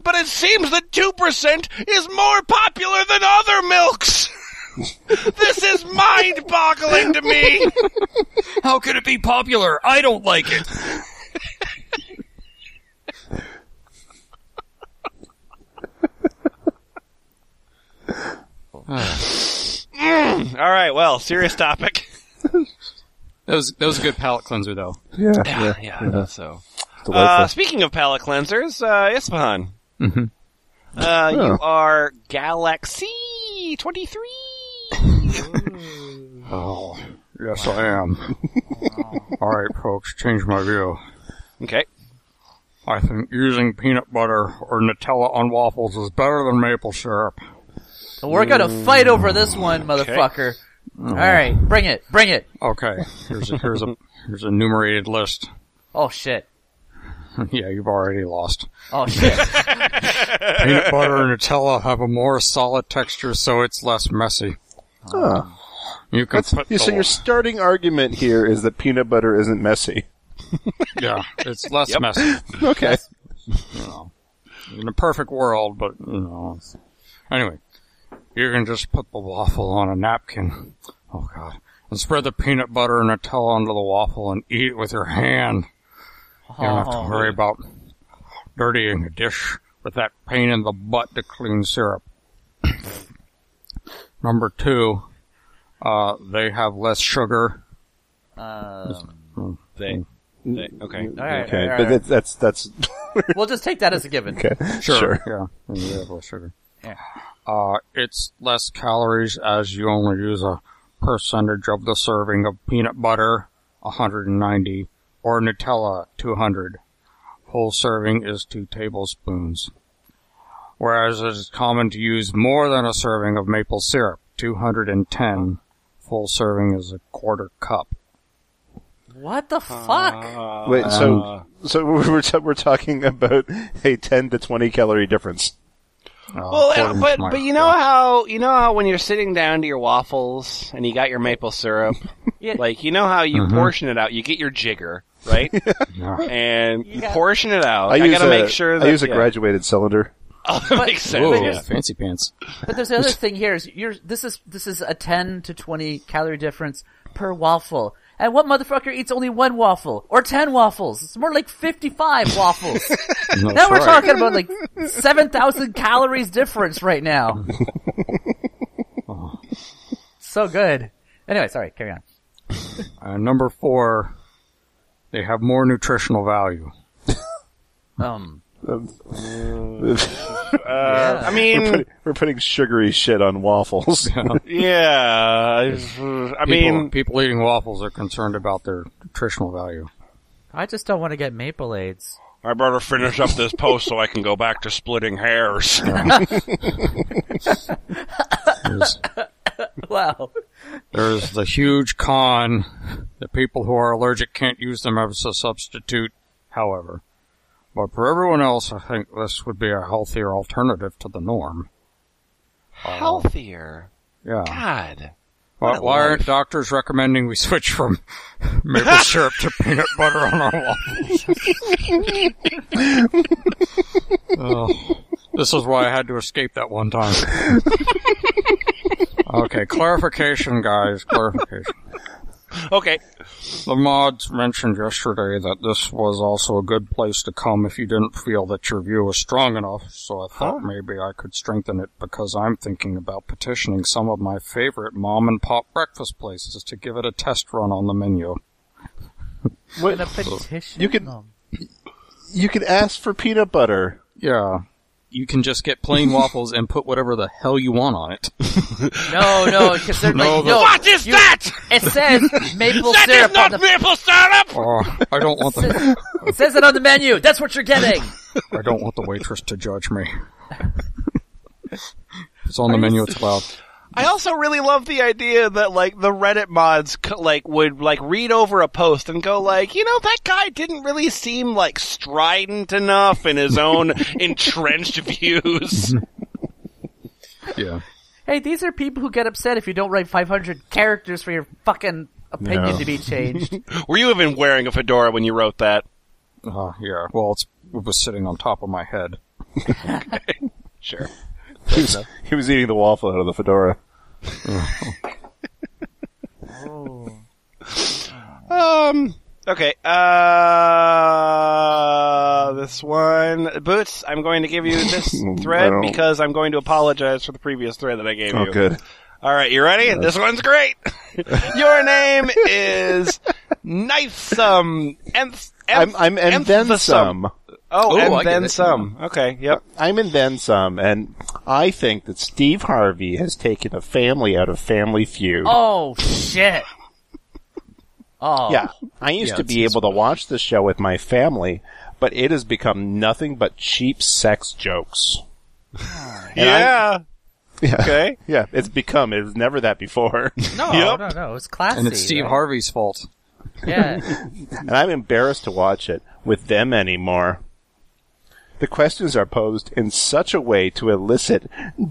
Speaker 2: but it seems that 2% is more popular than other milks. this is mind boggling to me.
Speaker 4: How could it be popular? I don't like it.
Speaker 2: All right, well, serious topic.
Speaker 4: That was that was a good palate cleanser, though.
Speaker 2: yeah, yeah. So, uh, speaking of palate cleansers, uh, Ispahan,
Speaker 4: Mm-hmm.
Speaker 2: uh,
Speaker 3: Oh.
Speaker 2: you are Galaxy twenty three.
Speaker 4: Oh, yes, I am. All right, folks, change my view.
Speaker 2: okay.
Speaker 4: I think using peanut butter or Nutella on waffles is better than maple syrup.
Speaker 5: We're gonna fight over this one, motherfucker. All right, bring it, bring it.
Speaker 4: Okay, here's a here's a here's a numerated list.
Speaker 5: Oh shit.
Speaker 4: yeah, you've already lost.
Speaker 5: Oh shit.
Speaker 4: Peanut butter and Nutella have a more solid texture, so it's less messy. You can
Speaker 3: That's,
Speaker 4: put the,
Speaker 3: so your starting argument here is that peanut butter isn't messy.
Speaker 4: yeah, it's less messy.
Speaker 3: Okay.
Speaker 4: in a perfect world, but you know. it's- Anyway, you can just put the waffle on a napkin. Oh god. And spread the peanut butter and Nutella onto the waffle and eat it with your hand. You don't have to worry about dirtying a dish with that pain in the butt to clean syrup. Number two, uh, they have less sugar.
Speaker 5: Um,
Speaker 2: They, they, okay.
Speaker 5: all right, all
Speaker 3: Okay,
Speaker 5: right,
Speaker 3: but
Speaker 5: all right.
Speaker 3: that's that's that's
Speaker 5: We'll just take that as a given.
Speaker 4: Sure. Yeah. Yeah, they have less sugar.
Speaker 5: Yeah.
Speaker 4: Uh, it's less calories as you only use a percentage of the serving of peanut butter, 190, or Nutella, 200. Whole serving is two tablespoons. Whereas it is common to use more than a serving of maple syrup, 210. Full serving is a quarter cup.
Speaker 5: What the fuck?
Speaker 3: wait.
Speaker 6: Uh,
Speaker 3: So so we're t- we're talking about a ten to twenty calorie difference.
Speaker 4: Uh,
Speaker 2: Well,
Speaker 4: according
Speaker 2: uh,
Speaker 4: to
Speaker 2: but
Speaker 4: my-
Speaker 2: but you know how you know how when you're sitting down to your waffles and you got your maple syrup,
Speaker 5: Yeah.
Speaker 2: like you know how you
Speaker 3: Mm-hmm.
Speaker 2: portion it out. You get your jigger right,
Speaker 4: Yeah.
Speaker 2: and you
Speaker 5: got-
Speaker 2: portion it out.
Speaker 3: I,
Speaker 2: I,
Speaker 3: use
Speaker 2: gotta
Speaker 3: a,
Speaker 2: make sure that
Speaker 3: I use a
Speaker 2: yeah.
Speaker 3: graduated cylinder.
Speaker 2: Oh, that
Speaker 5: But-
Speaker 2: makes sense.
Speaker 4: Whoa,
Speaker 5: But here's-
Speaker 4: fancy pants.
Speaker 5: But there's the other thing here is you're this is this is a ten to twenty calorie difference per waffle. And what motherfucker eats only one waffle or ten waffles? It's more like fifty-five waffles.
Speaker 4: No,
Speaker 5: now we're
Speaker 4: sorry.
Speaker 5: talking about like seven thousand calories difference right now. so good. Anyway, sorry. Carry on.
Speaker 4: Uh, number four, they have more nutritional value.
Speaker 5: Um.
Speaker 2: I mean,
Speaker 3: We're putting sugary shit on waffles.
Speaker 2: yeah. I
Speaker 4: People,
Speaker 2: mean,
Speaker 4: people eating waffles are concerned about their nutritional value.
Speaker 5: I just don't want to get maple aids.
Speaker 7: I better finish up this post so I can go back to splitting hairs.
Speaker 4: There's,
Speaker 5: Wow.
Speaker 4: there's the huge con that people who are allergic can't use them as a substitute, however. But for everyone else, I think this would be a healthier alternative to the norm.
Speaker 2: healthier.
Speaker 4: Yeah.
Speaker 2: God.
Speaker 4: Why, why aren't doctors recommending we switch from maple syrup to peanut butter on our waffles? Oh, this is why I had to escape that one time. okay, clarification, guys. Clarification.
Speaker 2: Okay.
Speaker 4: The mods mentioned yesterday that this was also a good place to come if you didn't feel that your view was strong enough, so I thought maybe I could strengthen it because I'm thinking about petitioning some of my favorite mom and pop breakfast places to give it a test run on the menu.
Speaker 3: What-
Speaker 5: And a petition.
Speaker 3: You could- you can ask for peanut butter.
Speaker 4: Yeah. You can just get plain waffles and put whatever the hell you want on it.
Speaker 5: No, no, because they're
Speaker 4: No,
Speaker 5: like,
Speaker 4: the-
Speaker 5: no.
Speaker 7: what is
Speaker 5: you-
Speaker 7: that?
Speaker 5: It says maple
Speaker 7: That
Speaker 5: syrup
Speaker 7: is not
Speaker 5: on the
Speaker 7: maple syrup!
Speaker 4: Oh, I don't want the
Speaker 5: It says it on the menu. That's what you're getting.
Speaker 4: I don't want the waitress to judge me. If it's on the menu, it's allowed.
Speaker 2: I also really love the idea that like the Reddit mods c- like would like read over a post and go like, you know, that guy didn't really seem like strident enough in his own entrenched views.
Speaker 4: Yeah.
Speaker 5: Hey, these are people who get upset if you don't write 500 characters for your fucking opinion to be changed.
Speaker 2: Were you even wearing a fedora when you wrote that?
Speaker 4: Uh, yeah. Well, it's, it was sitting on top of my head.
Speaker 2: Sure.
Speaker 3: He was, he was eating the waffle out of the fedora.
Speaker 2: Um. Okay. Uh. this one. Boots, I'm going to give you this thread
Speaker 6: don't-
Speaker 2: because I'm going to apologize for the previous thread that I gave
Speaker 6: Oh,
Speaker 2: you.
Speaker 6: good.
Speaker 2: All right, you ready? This one's great. Your name is Knifesome. Enth-
Speaker 3: I'm, I'm and then
Speaker 2: Emphasome.
Speaker 3: some.
Speaker 2: Oh,
Speaker 4: Oh,
Speaker 2: and
Speaker 4: I get
Speaker 2: then
Speaker 4: it.
Speaker 2: some. Okay, yep.
Speaker 3: I'm in then some, and I think that Steve Harvey has taken a family out of Family Feud.
Speaker 5: Oh shit. Oh
Speaker 3: Yeah, I used
Speaker 4: Yeah,
Speaker 3: to be
Speaker 4: it's-
Speaker 3: able to watch the show with my family, but it has become nothing but cheap sex jokes.
Speaker 2: yeah.
Speaker 3: Yeah.
Speaker 2: Okay.
Speaker 3: Yeah, it's become. It was never that before,
Speaker 5: No,
Speaker 2: Yep.
Speaker 5: no, no. It's classy.
Speaker 4: And it's
Speaker 2: uh,
Speaker 4: Steve
Speaker 5: right?
Speaker 4: Harvey's fault.
Speaker 5: Yeah.
Speaker 3: and I'm embarrassed to watch it with them anymore. The questions are posed in such a way to elicit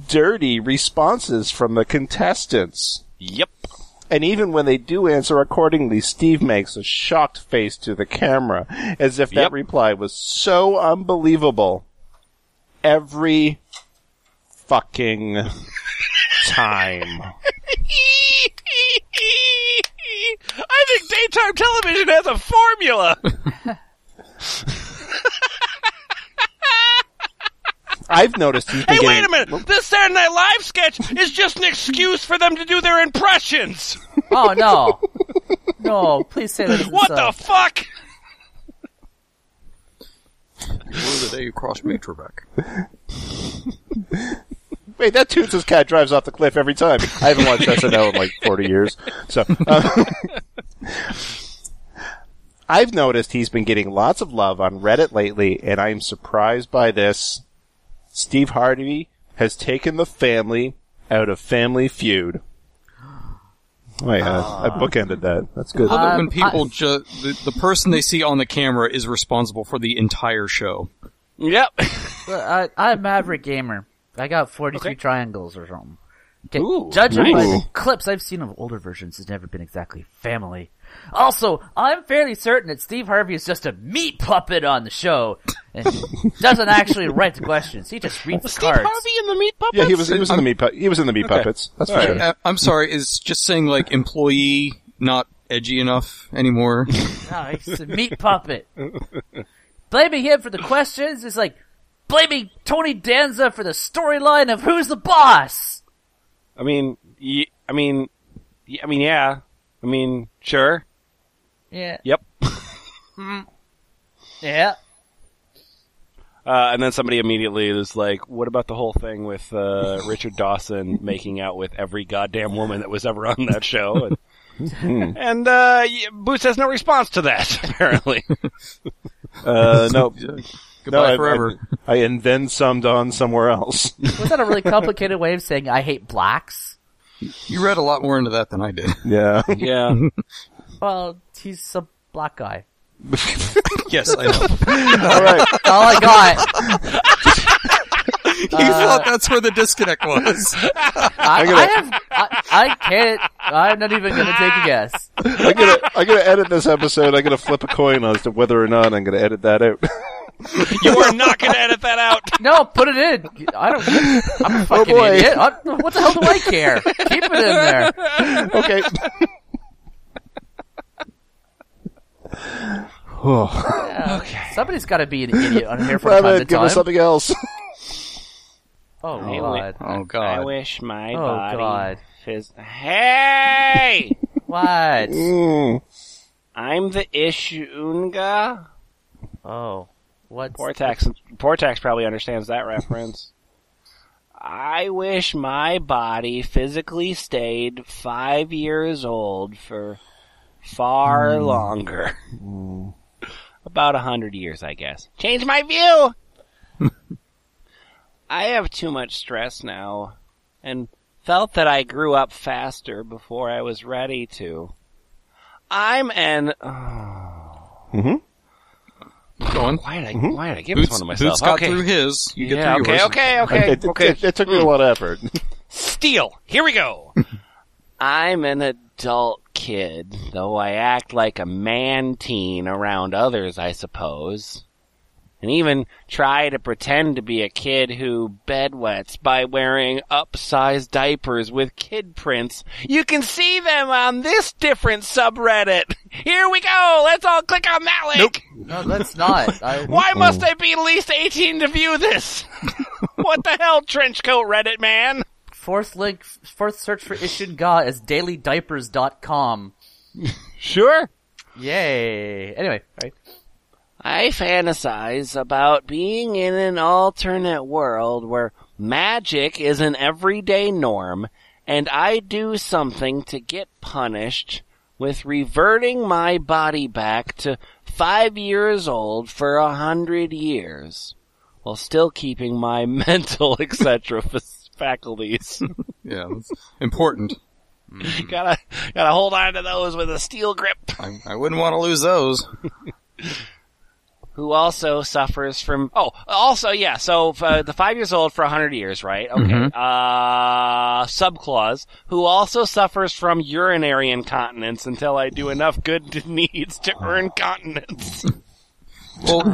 Speaker 3: dirty responses from the contestants.
Speaker 2: Yep.
Speaker 3: And even when they do answer accordingly, Steve makes a shocked face to the camera, as if that
Speaker 2: Yep.
Speaker 3: reply was so unbelievable. Every fucking time.
Speaker 2: I think daytime television has a formula.
Speaker 3: I've noticed he's been
Speaker 2: Hey,
Speaker 3: getting,
Speaker 2: wait a minute. This Saturday Night Live sketch is just an excuse for them to do their impressions.
Speaker 5: Oh no. No, please say that. uh,
Speaker 2: What the fuck?
Speaker 4: You were the day you crossed me, Trebek.
Speaker 3: Wait, that Toots' cat drives off the cliff every time. I haven't watched SNL in like 40 years. So, uh, I've noticed he's been getting lots of love on Reddit lately, and I am surprised by this. Steve Harvey has taken the family out of Family Feud. Oh yeah, I bookended that. That's good.
Speaker 4: Love it
Speaker 5: Um,
Speaker 4: when people ju- the, the person they see on the camera is responsible for the entire show.
Speaker 2: Yep.
Speaker 5: I, I'm Maverick Gamer. I got 43 triangles or something. Okay,
Speaker 2: Ooh,
Speaker 5: judging by
Speaker 2: nice.
Speaker 5: the clips I've seen of older versions, it's never been exactly family. Also, I'm fairly certain that Steve Harvey is just a meat puppet on the show and doesn't actually write the questions. He just reads the cards.
Speaker 2: and the Meat Puppets?
Speaker 3: yeah, he was he was in the meat pu- he was in the meat puppets. That's for sure.
Speaker 4: I, am Uh, sorry, is just saying like employee not edgy enough anymore?
Speaker 5: No, he's a meat puppet. Blaming him for the questions is like blaming Tony Danza for the storyline of who's the boss.
Speaker 2: I mean, y- I mean, y- I mean, yeah. I mean, sure.
Speaker 5: Yeah.
Speaker 2: Yep.
Speaker 5: Yeah.
Speaker 2: Uh, and then somebody immediately is like, "What about the whole thing with uh, Richard Dawson making out with every goddamn woman that was ever on that show?" And, and uh, y- Boots has no response to that. Apparently,
Speaker 3: Uh, no, no,
Speaker 4: Goodbye
Speaker 3: I-
Speaker 4: forever.
Speaker 3: I, I and then summed on somewhere else.
Speaker 5: Was that a really complicated way of saying I hate blacks?
Speaker 4: you read a lot more into that than I did.
Speaker 3: Yeah.
Speaker 2: yeah.
Speaker 5: Well, he's a black guy.
Speaker 4: yes, I know.
Speaker 3: All right.
Speaker 5: All I got.
Speaker 4: You thought that's where the disconnect was.
Speaker 5: I, I have. I, I can't. I'm not even gonna take a guess.
Speaker 3: I'm gonna I'm gonna edit this episode. I'm gonna flip a coin as to whether or not I'm gonna edit that out.
Speaker 2: you are not going to edit that out.
Speaker 5: No, put it in. I don't. I'm a fucking
Speaker 3: boy.
Speaker 5: idiot. I, what the hell do I care? Keep it in there.
Speaker 3: okay.
Speaker 5: Somebody's got to be an idiot on here from
Speaker 3: Well,
Speaker 5: time
Speaker 3: then,
Speaker 5: to
Speaker 3: give
Speaker 5: time.
Speaker 3: us something else.
Speaker 5: Oh
Speaker 2: wait.
Speaker 5: god.
Speaker 4: Oh
Speaker 2: I
Speaker 4: god.
Speaker 2: wish my
Speaker 5: Oh,
Speaker 2: body.
Speaker 5: God.
Speaker 2: Phys- hey,
Speaker 5: What?
Speaker 3: Mm.
Speaker 2: I'm the Ishunga.
Speaker 5: Oh. What?
Speaker 2: Portax, Portax probably understands that reference. I wish my body physically stayed five years old for far
Speaker 4: Hmm.
Speaker 2: longer. About a hundred years, I guess. Change my view! I have too much stress now, and felt that I grew up faster before I was ready to. I'm an.
Speaker 4: Go on.
Speaker 2: Why did I, why did I give this
Speaker 4: Mm-hmm. Boots,
Speaker 2: one to myself?
Speaker 4: Boots got
Speaker 2: okay.
Speaker 4: through his. You get
Speaker 2: yeah,
Speaker 4: through
Speaker 2: okay,
Speaker 4: yours.
Speaker 2: okay, okay,
Speaker 3: It,
Speaker 2: okay,
Speaker 3: it- it- it took
Speaker 7: Hmm.
Speaker 3: me a lot of effort.
Speaker 2: Steel, here we go. I'm an adult kid, though I act like a man teen around others, I suppose. and even try to pretend to be a kid who bedwets by wearing upsized diapers with kid prints. You can see them on this different subreddit. Here we go. Let's all click on that link.
Speaker 5: No, that's not. I,
Speaker 2: Why must I be at least 18 to view this? what the hell, trenchcoat Reddit man?
Speaker 5: fourth link, fourth search for Ishinga is dailydiapers.com.
Speaker 2: Sure.
Speaker 5: Yay. Anyway, right.
Speaker 2: I fantasize about being in an alternate world where magic is an everyday norm and I do something to get punished with reverting my body back to five years old for a hundred years while still keeping my mental etc. faculties.
Speaker 4: Yeah, that's important.
Speaker 2: gotta, gotta hold on to those with a steel grip.
Speaker 4: I, I wouldn't want to lose those.
Speaker 2: who also suffers from oh also yeah so uh, the five years old for a hundred years right okay uh subclause who also suffers from urinary incontinence until I do enough good deeds to earn continence
Speaker 4: Well,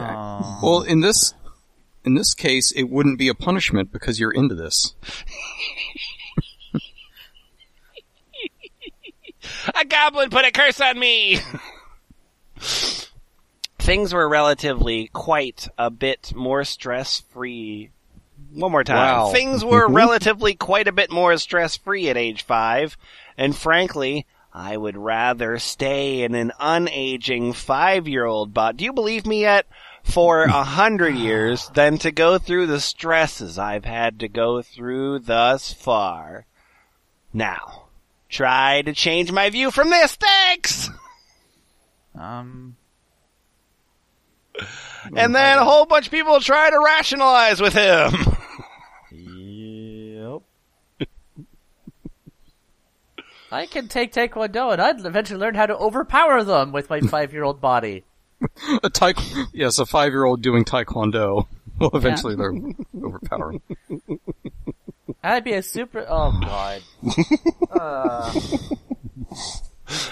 Speaker 4: well, in this in this case, it wouldn't be a punishment because you're into this.
Speaker 2: a goblin put a curse on me things were relatively quite a bit more stress free one more time.
Speaker 4: Wow.
Speaker 2: Things were relatively quite a bit more stress free at age five, and frankly, I would rather stay in an unaging five year old body. Do you believe me yet? For a hundred years than to go through the stresses I've had to go through thus far. Now, try to change my view from this. Thanks!
Speaker 5: Um,
Speaker 2: And then a whole bunch of people try to rationalize with him.
Speaker 5: yep. I can take Taekwondo and I'd eventually learn how to overpower them with my five year old body.
Speaker 4: A taek- yes, a five year old doing taekwondo will eventually learn overpower. him.
Speaker 5: I'd be a super. Oh, God.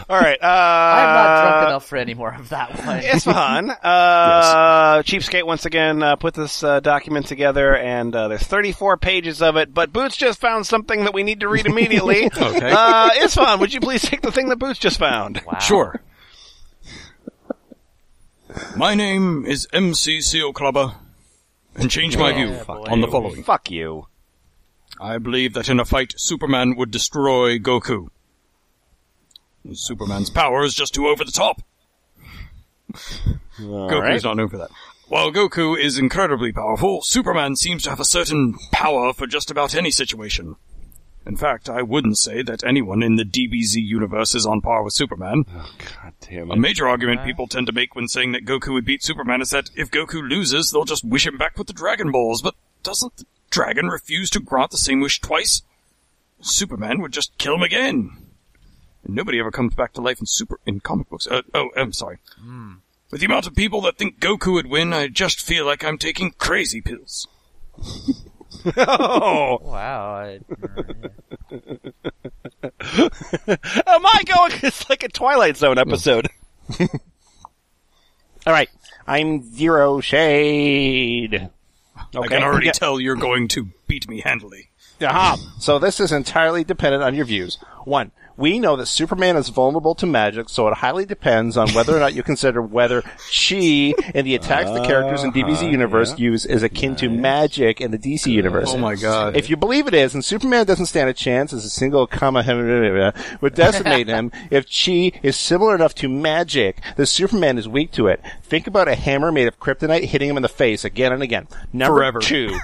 Speaker 2: All right. Uh,
Speaker 5: I'm not drunk enough for any more of that one.
Speaker 2: It's fun. Uh, Cheapskate once again uh, put this uh, document together, and uh, there's 34 pages of it. But Boots just found something that we need to read immediately.
Speaker 4: Okay.
Speaker 2: uh, it's fun. Would you please take the thing that Boots just found?
Speaker 5: Wow.
Speaker 4: Sure. My name is MC Seal Clubber, and change my view on the following.
Speaker 2: Fuck you.
Speaker 4: I believe that in a fight, Superman would destroy Goku. Superman's power is just too over the top. Goku's not known for that. While Goku is incredibly powerful, Superman seems to have a certain power for just about any situation. In fact, I wouldn't say that anyone in the DBZ universe is on par with Superman.
Speaker 2: God damn
Speaker 4: A major argument people tend to make when saying that Goku would beat Superman is that if Goku loses, they'll just wish him back with the Dragon Balls, but doesn't the dragon refuse to grant the same wish twice? Superman would just kill him again. And nobody ever comes back to life in super in comic books. Uh, oh, I'm sorry. With the amount of people that think Goku would win, I just feel like I'm taking crazy pills.
Speaker 6: Oh,
Speaker 5: Wow. I-
Speaker 2: Am I going? Oh It's like a Twilight Zone episode.
Speaker 6: All right. I'm Zero Shade.
Speaker 4: I can already
Speaker 6: Yeah.
Speaker 4: tell you're going to beat me handily.
Speaker 6: Aha. So this is entirely dependent on your views. One, we know that Superman is vulnerable to magic, so it highly depends on whether or not you consider whether chi and the attacks the characters in DBZ universe use is akin to magic in the DC universe.
Speaker 4: Oh my god.
Speaker 6: If you believe it is, and Superman doesn't stand a chance as a single comma would decimate him, if chi is similar enough to magic that Superman is weak to it, think about a hammer made of kryptonite hitting him in the face again and again. Number
Speaker 4: Forever.
Speaker 6: two.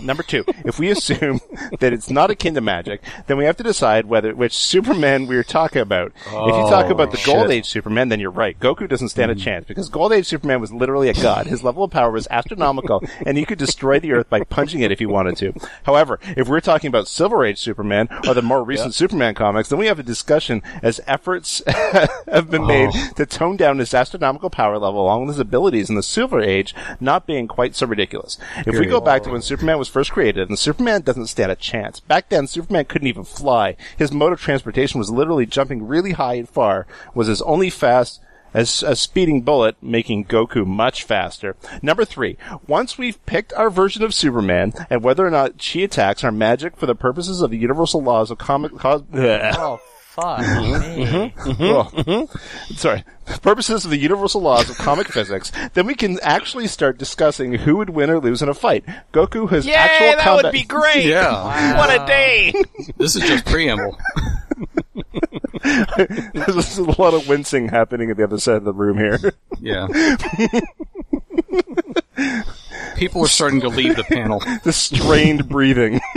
Speaker 6: Number two, if we assume that it's not akin to magic, then we have to decide whether which Superman we're talking about. if you talk about the Gold Age Superman, then you're right. Goku doesn't stand a chance because Gold Age Superman was literally a god. His level of power was astronomical, and he could destroy the Earth by punching it if he wanted to. However, if we're talking about Silver Age Superman or the more recent Superman comics, then we have a discussion as efforts have been made to tone down his astronomical power level along with his abilities in the Silver Age not being quite so ridiculous. If we go back to when Superman was first created, and Superman doesn't stand a chance. Back then, Superman couldn't even fly. His mode of transportation was literally jumping really high and far, was his only fast as a speeding bullet, making Goku much faster. Number three, once we've picked our version of Superman and whether or not she attacks are magic for the purposes of the universal laws of comic. Cos-
Speaker 5: Oh, fuck.
Speaker 2: Uh,
Speaker 5: me.
Speaker 2: Hmm?
Speaker 6: Well,
Speaker 2: Mm-hmm.
Speaker 6: Sorry. Purposes of the universal laws of comic physics, then we can actually start discussing who would win or lose in a fight. Goku has
Speaker 2: Yay,
Speaker 6: actual
Speaker 2: that
Speaker 6: combat.
Speaker 2: would be great.
Speaker 4: Yeah.
Speaker 2: What a day.
Speaker 4: This is just preamble.
Speaker 6: There's a lot of wincing happening at the other side of the room here.
Speaker 4: Yeah. People are starting to leave the panel.
Speaker 6: the strained breathing.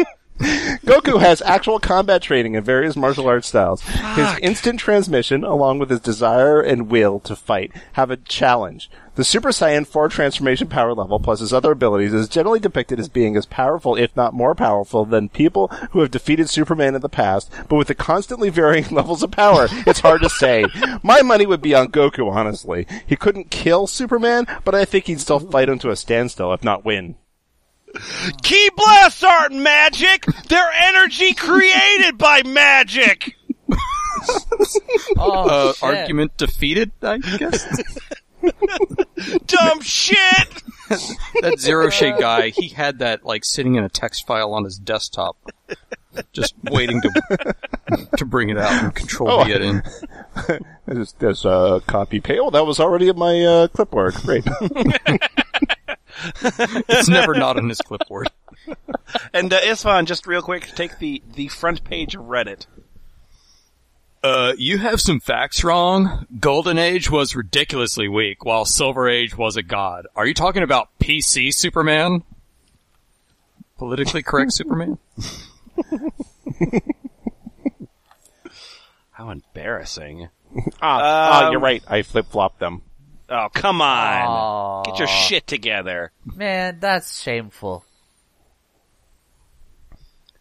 Speaker 6: Goku has actual combat training in various martial arts styles. His instant transmission, along with his desire and will to fight, have a challenge. The Super Saiyan 4 transformation power level, plus his other abilities, is generally depicted as being as powerful, if not more powerful, than people who have defeated Superman in the past, but with the constantly varying levels of power, it's hard to say. My money would be on Goku, honestly. He couldn't kill Superman, but I think he'd still fight him to a standstill, if not win.
Speaker 8: Key blasts aren't magic. They're energy created by magic.
Speaker 5: Oh,
Speaker 4: Uh,
Speaker 5: shit.
Speaker 4: argument defeated, I guess?
Speaker 8: Dumb shit.
Speaker 4: That Zero Shade guy, he had that like sitting in a text file on his desktop, just waiting to to bring it out and control
Speaker 6: Oh,
Speaker 4: V it in.
Speaker 6: There's, there's a copy pay. Oh, that was already in my uh, clipboard. Great.
Speaker 4: It's never not on his clipboard.
Speaker 2: And uh, Isfan, just real quick, take the, the front page of Reddit.
Speaker 4: Uh, you have some facts wrong. Golden Age was ridiculously weak, while Silver Age was a god. Are you talking about PC Superman? Politically correct Superman?
Speaker 2: How embarrassing.
Speaker 6: ah,
Speaker 2: Um,
Speaker 6: you're right. I flip flopped them.
Speaker 2: Oh, come on.
Speaker 5: Aw,
Speaker 2: Get your shit together.
Speaker 5: man, that's shameful.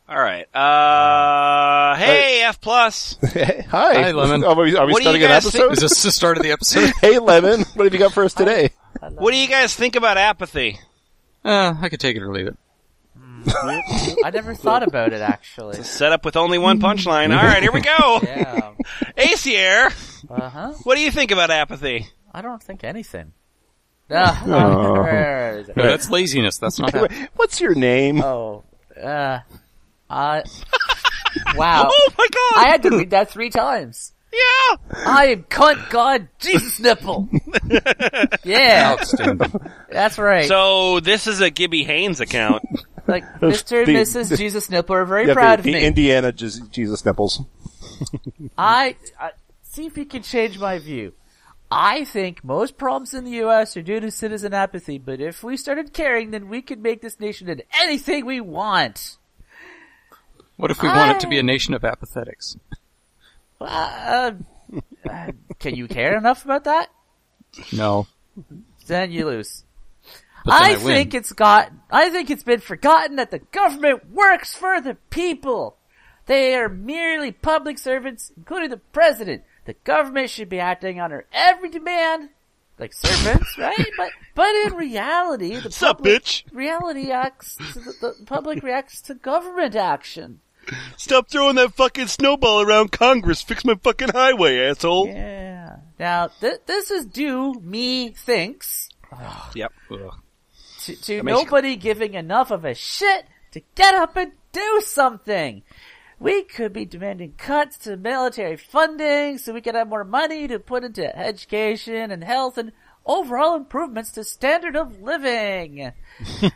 Speaker 2: All right. Uh, hey, F plus.
Speaker 6: Hey, hi.
Speaker 4: Hi, Lemon.
Speaker 6: Are we, are we
Speaker 2: What do
Speaker 6: starting
Speaker 2: you
Speaker 6: an
Speaker 2: guys think-
Speaker 6: episode?
Speaker 4: Is this the start of the episode?
Speaker 6: hey, Lemon. What have you got for us today?
Speaker 2: What do you guys think about apathy?
Speaker 4: Uh, I could take it or leave it.
Speaker 5: I never thought about it actually.
Speaker 2: Set up with only one punchline. All right, here we go.
Speaker 5: Yeah.
Speaker 2: Acier,
Speaker 5: Uh huh.
Speaker 2: what do you think about apathy?
Speaker 5: I don't think anything.
Speaker 6: Oh.
Speaker 5: Uh,
Speaker 4: No, that's laziness. That's not happening.
Speaker 6: Wait, What's your name?
Speaker 5: oh. Uh. I. Wow.
Speaker 2: Oh my god.
Speaker 5: I had to read that three times.
Speaker 2: yeah.
Speaker 5: I am cunt god Jesus nipple. Yeah,
Speaker 4: Outstanding.
Speaker 5: that's right.
Speaker 2: So this is a Gibby Haynes account.
Speaker 5: like Mr. and
Speaker 6: the-
Speaker 5: Mrs. Jesus nipple are very
Speaker 6: Yeah,
Speaker 5: proud
Speaker 6: the,
Speaker 5: of
Speaker 6: the
Speaker 5: me.
Speaker 6: Indiana Jesus, Jesus nipples.
Speaker 5: I, I see if you can change my view. I think most problems in the U.S. are due to citizen apathy, but if we started caring, then we could make this nation into anything we want.
Speaker 4: What if we want it to be a nation of apathetics?
Speaker 5: Uh, uh, can you care enough about that?
Speaker 4: No.
Speaker 5: Then you lose.
Speaker 4: But then
Speaker 5: I,
Speaker 4: I win.
Speaker 5: think it's got. I think it's been forgotten that the government works for the people. They are merely public servants, including the president. The government should be acting on our every demand, like servants, right? But but in reality, the
Speaker 2: Sup,
Speaker 5: public,
Speaker 2: bitch?
Speaker 5: reality acts. To the, the public reacts to government action.
Speaker 2: Stop throwing that fucking snowball around Congress. Fix my fucking highway, asshole.
Speaker 5: Yeah. Now th- this is due me thinks
Speaker 2: Yep.
Speaker 5: to, to
Speaker 2: makes you-
Speaker 5: nobody giving enough of a shit to get up and do something. We could be demanding cuts to military funding so we could have more money to put into education and health and overall improvements to standard of living.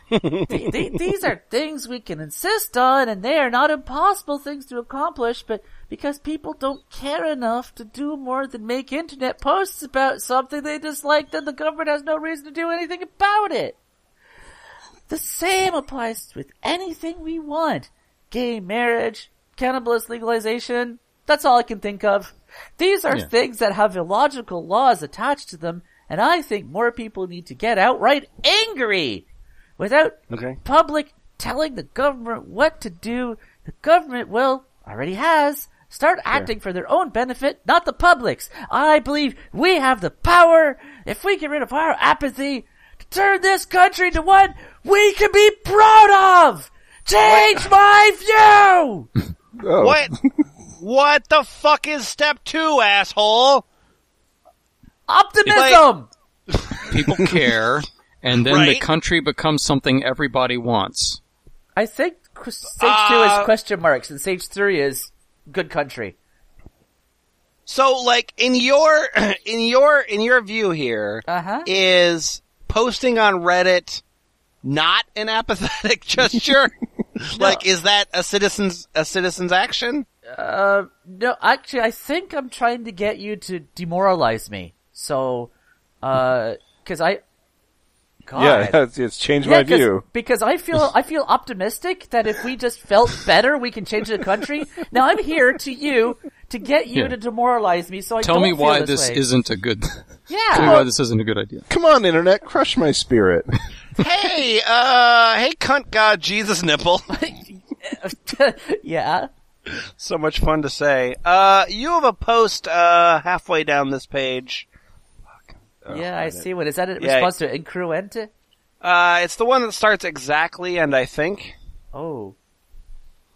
Speaker 5: The- the- these are things we can insist on and they are not impossible things to accomplish, but because people don't care enough to do more than make internet posts about something they dislike, then the government has no reason to do anything about it. The same applies with anything we want. Gay marriage, cannabis legalization. That's all I can think of. These are things that have illogical laws attached to them, and I think more people need to get outright angry without
Speaker 2: Okay.
Speaker 5: public telling the government what to do. The government will, already has, start acting for their own benefit, not the public's. I believe we have the power, if we get rid of our apathy, to turn this country into one we can be proud of! Change my view!
Speaker 2: What? what the fuck is step two, asshole?
Speaker 5: Optimism.
Speaker 4: People care, and then the
Speaker 7: Right.
Speaker 4: country becomes something everybody wants.
Speaker 5: I think qu- stage two is question marks, and stage three is good country.
Speaker 2: So, like in your in your in your view here is
Speaker 5: Uh-huh.
Speaker 2: posting on Reddit not an apathetic gesture? Like, is that a citizen's a citizen's action?
Speaker 5: Uh, no, actually, I think I'm trying to get you to demoralize me. So, uh, because I, God,
Speaker 6: Yeah, it's, it's changed
Speaker 5: Yeah,
Speaker 6: my
Speaker 5: 'cause-
Speaker 6: view.
Speaker 5: Because I feel I feel optimistic that if we just felt better, we can change the country. Now I'm here to you to get you
Speaker 4: Yeah.
Speaker 5: to demoralize me. So I
Speaker 4: Tell
Speaker 5: don't
Speaker 4: me
Speaker 5: feel
Speaker 4: why
Speaker 5: this,
Speaker 4: this
Speaker 5: way.
Speaker 4: isn't a good. Tell me
Speaker 5: Yeah,
Speaker 4: why this isn't a good idea.
Speaker 6: Come on, internet, crush my spirit.
Speaker 2: hey, uh, hey, cunt god, Jesus nipple.
Speaker 5: yeah.
Speaker 2: so much fun to say. Uh, you have a post uh halfway down this page.
Speaker 5: yeah, I see. What is that? In
Speaker 2: Yeah,
Speaker 5: response to incruente?
Speaker 2: Uh, it's the one that starts exactly, and I think.
Speaker 5: Oh,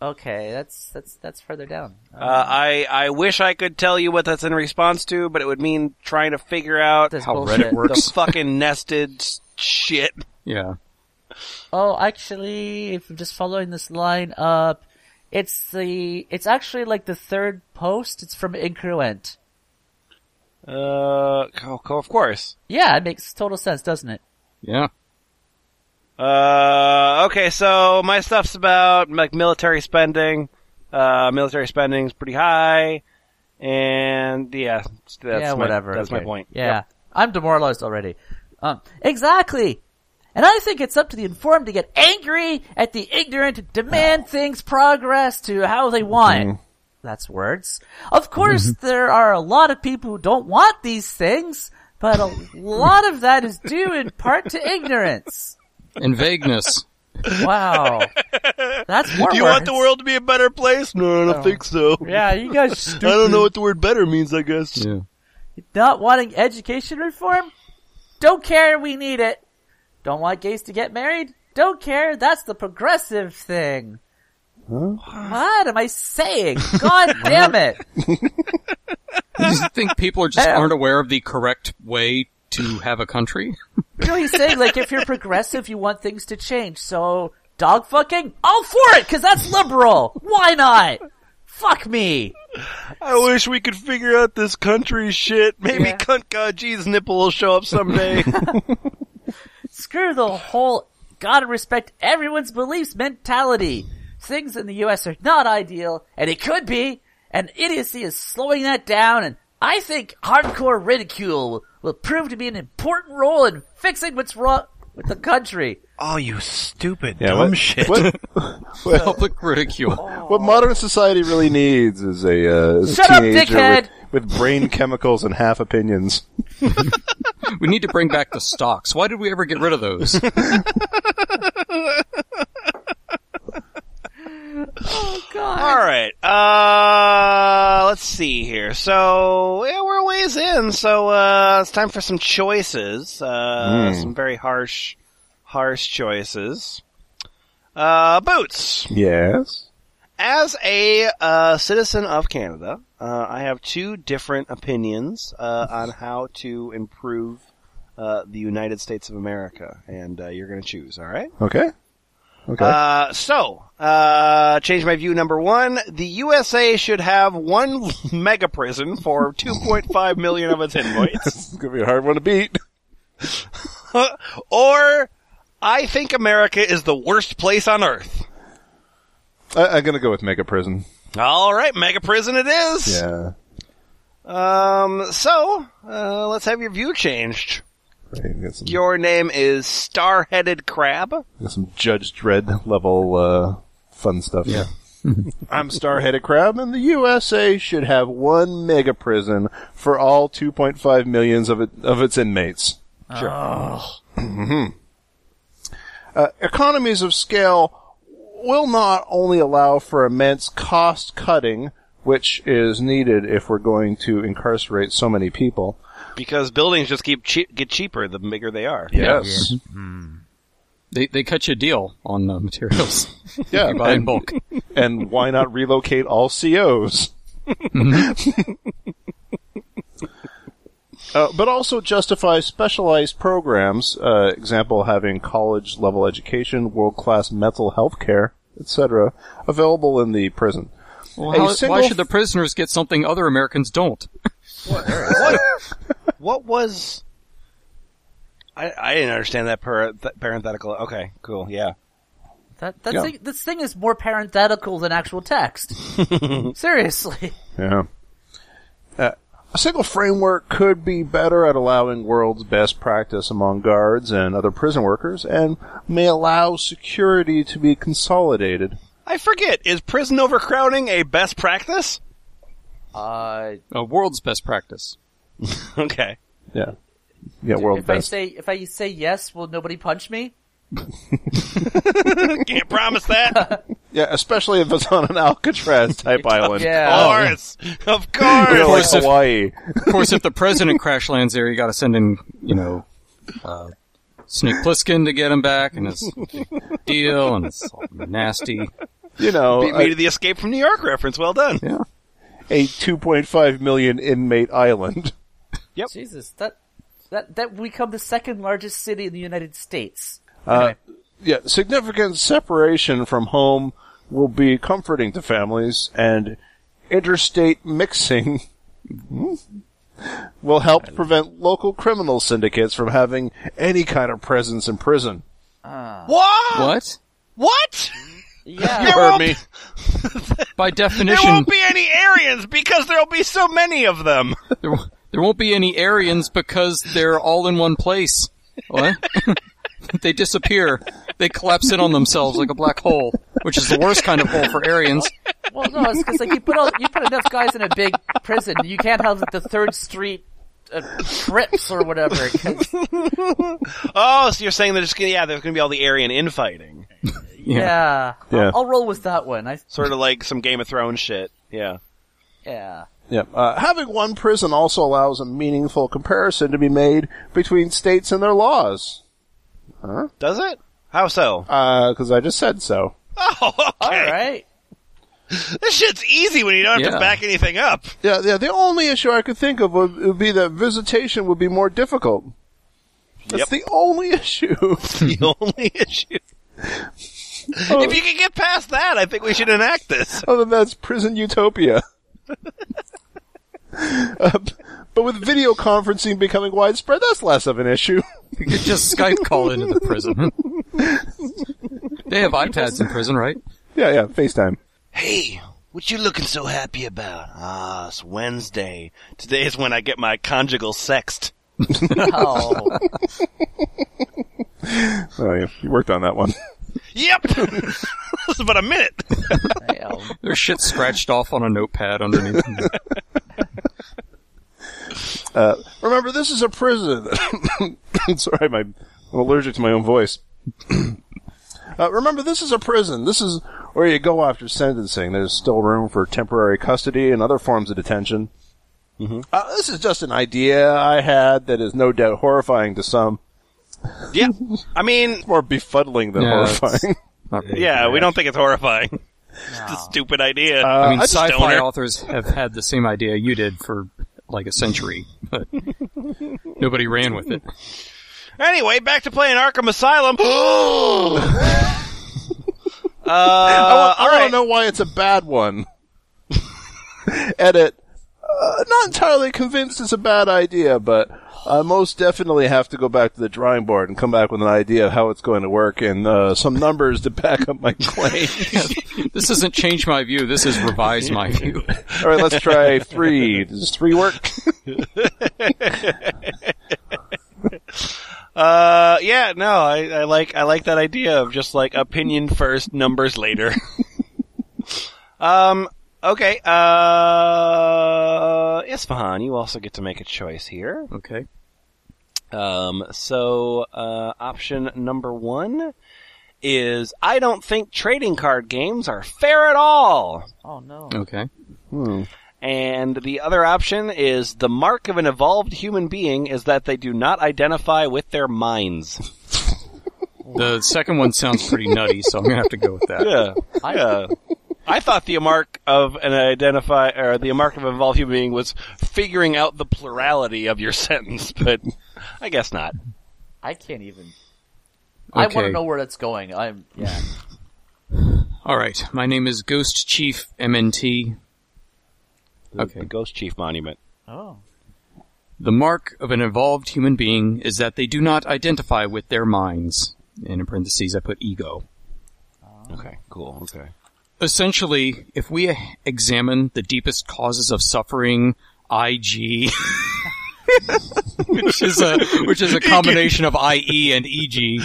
Speaker 5: okay. That's that's that's further down.
Speaker 2: Uh, I I wish I could tell you what that's in response to, but it would mean trying to figure out
Speaker 5: That's
Speaker 4: How
Speaker 5: bullshit.
Speaker 4: Reddit works.
Speaker 2: the fucking nested s- shit.
Speaker 4: Yeah.
Speaker 5: Oh, actually, if I'm just following this line up, it's the it's actually like the third post. It's from incruent.
Speaker 2: Uh, co- co- of course.
Speaker 5: Yeah, it makes total sense, doesn't it?
Speaker 4: Yeah.
Speaker 2: Uh, okay, so my stuff's about like military spending. Uh, military spending's pretty high, and yeah, that's my,
Speaker 5: yeah, whatever.
Speaker 2: That's my
Speaker 5: okay.
Speaker 2: point.
Speaker 5: Yeah, I'm demoralized already. Um, exactly. And I think it's up to the informed to get angry at the ignorant to demand things progress to how they want.
Speaker 2: Mm-hmm.
Speaker 5: it. That's words. Of course, there are a lot of people who don't want these things, but a lot of that is due in part to ignorance.
Speaker 4: And vagueness.
Speaker 5: Wow. That's more
Speaker 7: Do you want the world to be a better place? No, I don't think so.
Speaker 5: Yeah, you guys
Speaker 7: I
Speaker 5: stupid.
Speaker 7: don't know what the word better means, I guess.
Speaker 4: Yeah.
Speaker 5: Not wanting education reform? Don't care, we need it. Don't want gays to get married? Don't care, that's the progressive thing. What am I saying? God damn it.
Speaker 4: You just think people are just
Speaker 5: Yeah.
Speaker 4: aren't aware of the correct way to have a country?
Speaker 5: You know, he's saying, like, if you're progressive, you want things to change, so dog fucking? All for it, cause that's liberal! Why not? Fuck me!
Speaker 7: I wish we could figure out this country shit. Maybe
Speaker 5: Yeah.
Speaker 7: cunt god Jesus nipple will show up someday.
Speaker 5: Screw the whole gotta respect everyone's beliefs mentality. Things in the US are not ideal, and it could be, and idiocy is slowing that down, and I think hardcore ridicule will, will prove to be an important role in fixing what's wrong with the country.
Speaker 2: Oh, you stupid
Speaker 6: Yeah, what- What,
Speaker 4: Public ridicule.
Speaker 6: what modern society really needs is a, uh, is a
Speaker 5: Shut up,
Speaker 6: teenager
Speaker 5: dickhead!
Speaker 6: With, with brain chemicals and half opinions.
Speaker 4: We need to bring back the stocks. Why did we ever get rid of those?
Speaker 5: God.
Speaker 2: All right. Uh, let's see here. So yeah, we're a ways in. So uh, it's time for some choices. Uh, Some very harsh, harsh choices. Uh, boots.
Speaker 6: Yes.
Speaker 2: As a uh, citizen of Canada, uh, I have two different opinions uh, on how to improve uh, the United States of America, and uh, you're going to choose. All right.
Speaker 6: Okay. Okay.
Speaker 2: Uh, so, uh, change my view number one. The USA should have one mega prison for 2.5 million of its inmates.
Speaker 6: it's gonna be a hard one to beat.
Speaker 2: or, I think America is the worst place on earth.
Speaker 6: I, I'm gonna go with mega prison.
Speaker 2: All right, mega prison it is.
Speaker 6: Yeah.
Speaker 2: Um, so, uh, let's have your view changed.
Speaker 6: Right. Got some,
Speaker 2: Your name is Star-Headed Crab.
Speaker 6: got some Judge Dredd level uh, fun stuff.
Speaker 4: Yeah.
Speaker 6: I'm Star-Headed Crab, and the USA should have one mega prison for all 2.5 millions of, it, of its inmates. Sure. uh, economies of scale will not only allow for immense cost cutting, which is needed if we're going to incarcerate so many people.
Speaker 2: Because buildings just keep che- get cheaper the bigger they are.
Speaker 6: Yes.
Speaker 4: They they cut you a deal on the materials.
Speaker 6: Yeah.
Speaker 4: You buy in
Speaker 6: and-
Speaker 4: bulk.
Speaker 6: and why not relocate all COs? uh, but also justify specialized programs, uh, example having college level education, world class mental health care, etc., available in the prison.
Speaker 4: Well,
Speaker 6: A
Speaker 4: how-
Speaker 6: single-
Speaker 4: why should the prisoners get something other Americans don't?
Speaker 2: What was? I I didn't understand that par- th- parenthetical. Okay, cool. Yeah.
Speaker 5: That, that thing, this thing is more parenthetical than actual text. Seriously.
Speaker 6: Yeah. Uh, a single framework could be better at allowing world's best practice among guards and other prison workers, and may allow security to be consolidated.
Speaker 2: I forget. Is prison overcrowding a best practice?
Speaker 5: Uh,
Speaker 4: A world's best practice.
Speaker 2: Okay.
Speaker 6: Yeah. Yeah, world's
Speaker 5: if I
Speaker 6: best.
Speaker 5: say if I say yes, will nobody punch me?
Speaker 2: Can't promise that.
Speaker 6: yeah, especially if it's on an Alcatraz type island.
Speaker 5: Yeah.
Speaker 2: Of course. Of course.
Speaker 6: You know, like
Speaker 4: course, if-
Speaker 6: Hawaii.
Speaker 4: Of course, if the president crash lands there, you got to send in, you know, uh, Snake Plissken to get him back, and it's deal, and it's all nasty.
Speaker 6: You know,
Speaker 2: Beat me to the Escape from New York reference. Well done.
Speaker 6: a 2.5 million inmate island.
Speaker 5: Jesus, that that that we become the second largest city in the United States.
Speaker 6: Yeah, significant separation from home will be comforting to families, and interstate mixing hmm, will help prevent local criminal syndicates from having any kind of presence in prison.
Speaker 2: What?
Speaker 4: What?
Speaker 2: What?
Speaker 5: Yeah.
Speaker 2: won't,
Speaker 6: me.
Speaker 4: By
Speaker 2: there
Speaker 4: definition,
Speaker 2: won't be any Aryans because there'll be so many of them.
Speaker 4: there, w- there won't be any Aryans because they're all in one place. What? they disappear. They collapse in on themselves like a black hole, which is the worst kind of hole for Aryans.
Speaker 5: well, no, it's 'cause, like you put all, you put enough guys in a big prison, you can't have like, the Third Street uh, trips or whatever. 'cause-
Speaker 2: Oh, so you're saying there's gonna yeah, there's gonna be all the Aryan infighting.
Speaker 5: Yeah.
Speaker 6: Yeah.
Speaker 5: I'll, I'll roll with that one. I
Speaker 2: Sort of like some Game of Thrones shit. Yeah.
Speaker 5: yeah.
Speaker 6: Yeah, uh, having one prison also allows a meaningful comparison to be made between states and their laws.
Speaker 2: Does it? How so?
Speaker 6: Because Uh, I just said so.
Speaker 2: Oh, okay.
Speaker 5: All right.
Speaker 2: This shit's easy when you don't have to
Speaker 4: Yeah.
Speaker 2: back anything up.
Speaker 6: Yeah, yeah. The only issue I could think of would, would be that visitation would be more difficult. That's
Speaker 2: Yep.
Speaker 6: the only issue.
Speaker 2: The only issue. If you can get past that, I think we should enact this.
Speaker 6: Other than that, it's prison utopia. Uh, but with video conferencing becoming widespread, that's less of an issue.
Speaker 4: You could just Skype call into the prison. they have iPads in prison, right?
Speaker 6: yeah, yeah. FaceTime.
Speaker 2: Hey, what you looking so happy about? Ah, it's Wednesday. Today is when I get my conjugal sext.
Speaker 5: Oh.
Speaker 6: Oh, yeah. You worked on that one.
Speaker 2: Yep. this is about a minute.
Speaker 5: damn.
Speaker 4: Their shit scratched off on a notepad underneath. them.
Speaker 6: Remember, this is a prison. Sorry, my, I'm allergic to my own voice. uh, remember, this is a prison. This is where you go after sentencing. There's still room for temporary custody and other forms of detention. Uh, this is just an idea I had that is no doubt horrifying to some,
Speaker 2: Yeah. I mean,
Speaker 6: more befuddling than
Speaker 4: Yeah,
Speaker 6: horrifying.
Speaker 4: Not really
Speaker 2: yeah, we
Speaker 4: bad.
Speaker 2: don't think it's horrifying. It's a stupid idea.
Speaker 6: Uh,
Speaker 4: I mean,
Speaker 6: just-
Speaker 4: sci-fi
Speaker 2: stoner.
Speaker 4: authors have had the same idea you did for like a century, but nobody ran with it.
Speaker 2: anyway, back to playing Arkham Asylum. uh,
Speaker 6: Uh, I want,
Speaker 2: all
Speaker 6: to
Speaker 2: right.
Speaker 6: know why it's a bad one. Edit. Uh, not entirely convinced it's a bad idea, but I most definitely have to go back to the drawing board and come back with an idea of how it's going to work and uh, some numbers to back up my claim.
Speaker 4: This doesn't change my view. This is revise my view.
Speaker 6: All right, let's try three. Does three work?
Speaker 2: Uh, yeah, no, I, I like I like that idea of just like opinion first, numbers later. um, okay. Uh, Isfahan, you also get to make a choice here.
Speaker 4: Okay.
Speaker 2: Um, so uh, option number one is I don't think trading card games are fair at all.
Speaker 5: Oh no.
Speaker 4: Okay.
Speaker 2: And the other option is the mark of an evolved human being is that they do not identify with their minds.
Speaker 4: The second one sounds pretty nutty, so I'm gonna have to go with that.
Speaker 2: Yeah.
Speaker 5: I,
Speaker 2: Yeah. I thought the mark of an identify or the mark of an involved human being was figuring out the plurality of your sentence, but I guess not.
Speaker 5: I can't even. I want to
Speaker 4: Okay.
Speaker 5: know where that's going. I'm yeah.
Speaker 4: All right. My name is Ghost Chief MNT.
Speaker 2: The-
Speaker 4: Okay.
Speaker 2: The Ghost Chief Monument.
Speaker 5: Oh,
Speaker 4: The mark of an evolved human being is that they do not identify with their minds. And in parentheses, I put ego.
Speaker 2: Okay, cool. Okay.
Speaker 4: Essentially, if we examine the deepest causes of suffering, IG, which is a which is a combination of IE and E EG,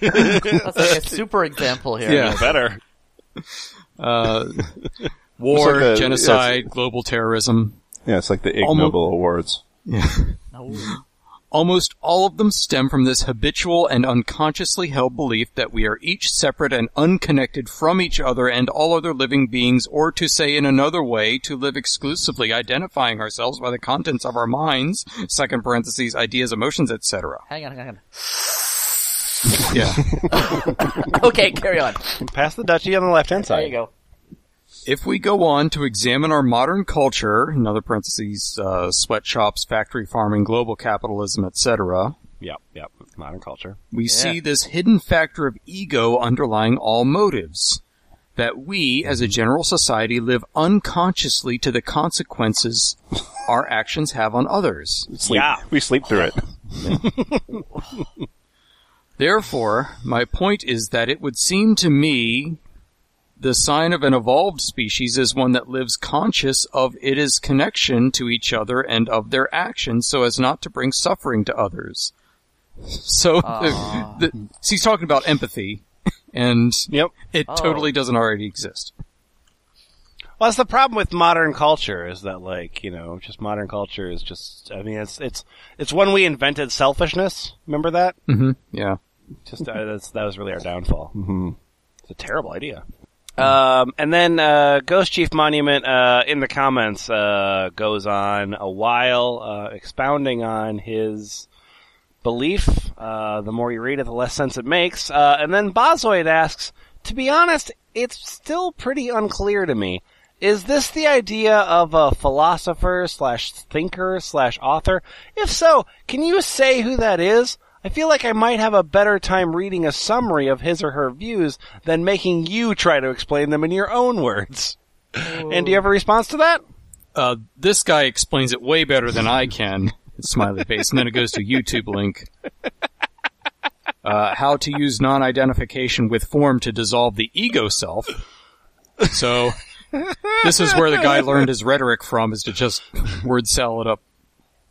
Speaker 5: that's like a super example here.
Speaker 4: Yeah.
Speaker 2: Better.
Speaker 4: uh, war,
Speaker 6: Looks like a-
Speaker 4: genocide, global terrorism,
Speaker 6: Yeah, it's like the Ig
Speaker 4: Almo-
Speaker 6: Nobel Awards.
Speaker 5: No.
Speaker 4: Almost all of them stem from this habitual and unconsciously held belief that we are each separate and unconnected from each other and all other living beings, or to say in another way, to live exclusively identifying ourselves by the contents of our minds, second parentheses, ideas, emotions, etc.
Speaker 5: Hang on, hang on.
Speaker 4: Yeah.
Speaker 5: Okay, carry on.
Speaker 2: Pass the duchy on the left hand
Speaker 5: There
Speaker 2: side.
Speaker 5: you go.
Speaker 4: If we go on to examine our modern culture, another parentheses, uh, sweatshops, factory farming, global capitalism, etc.,
Speaker 2: Yep, yep. Modern culture.
Speaker 4: we see this hidden factor of ego underlying all motives. That we, as a general society, live unconsciously to the consequences our actions have on others.
Speaker 3: Sleep.
Speaker 2: Yeah.
Speaker 3: We sleep through it.
Speaker 4: Therefore, my point is that it would seem to me the sign of an evolved species is one that lives conscious of its connection to each other and of their actions so as not to bring suffering to others. So, the, the, so he's talking about empathy, and
Speaker 2: Yep.
Speaker 4: it
Speaker 5: Oh.
Speaker 4: totally doesn't already exist.
Speaker 2: Well, that's the problem with modern culture is that, like, you know, just modern culture is just. I mean, it's it's it's when we invented selfishness. Remember that?
Speaker 4: hmm Yeah.
Speaker 2: Just uh, that's, that was really our downfall. Mm-hmm. It's a terrible idea. Um, and then uh, Ghost Chief Monument uh, in the comments uh, goes on a while uh, expounding on his belief. Uh, the more you read it, the less sense it makes. Uh, and then Bozoid asks, "To be honest, it's still pretty unclear to me. Is this the idea of a philosopher slash thinker slash author? If so, can you say who that is? I feel like I might have a better time reading a summary of his or her views than making you try to explain them in your own words. And do you have a response to that?
Speaker 4: Uh, this guy explains it way better than I can. Smiley face, and then it goes to YouTube link. Uh, how to use non-identification with form to dissolve the ego self. So this is where the guy learned his rhetoric from, is to just word salad up.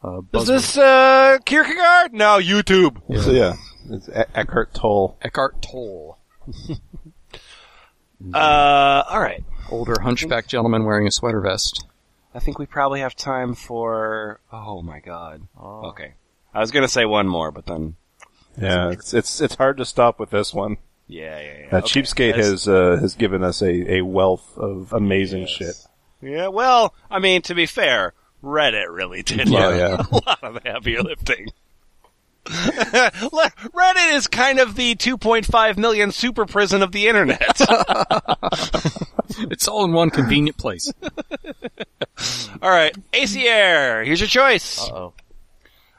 Speaker 4: Uh,
Speaker 2: Is
Speaker 4: buzzwords.
Speaker 2: this uh, Kierkegaard? No, YouTube.
Speaker 6: So yeah, it's E- Eckhart Tolle.
Speaker 4: Eckhart Tolle,
Speaker 2: Uh, all right.
Speaker 4: older hunchback gentleman wearing a sweater vest.
Speaker 2: I think we probably have time for. Oh my god. Okay. I was gonna say one more, but then.
Speaker 6: Yeah, it's, it's it's hard to stop with this one.
Speaker 2: Yeah, yeah, yeah.
Speaker 6: Uh,
Speaker 2: Okay.
Speaker 6: Cheapskate
Speaker 2: That's-
Speaker 6: has uh, has given us a, a wealth of amazing shit.
Speaker 2: Yeah, well, I mean, to be fair, Reddit really did
Speaker 6: Well,
Speaker 2: a
Speaker 6: yeah.
Speaker 2: lot of the heavy lifting. Le- Reddit is kind of the 2.5 million super prison of the internet.
Speaker 4: It's all in one convenient place.
Speaker 2: All right, ACR, here's your choice.
Speaker 5: Uh oh.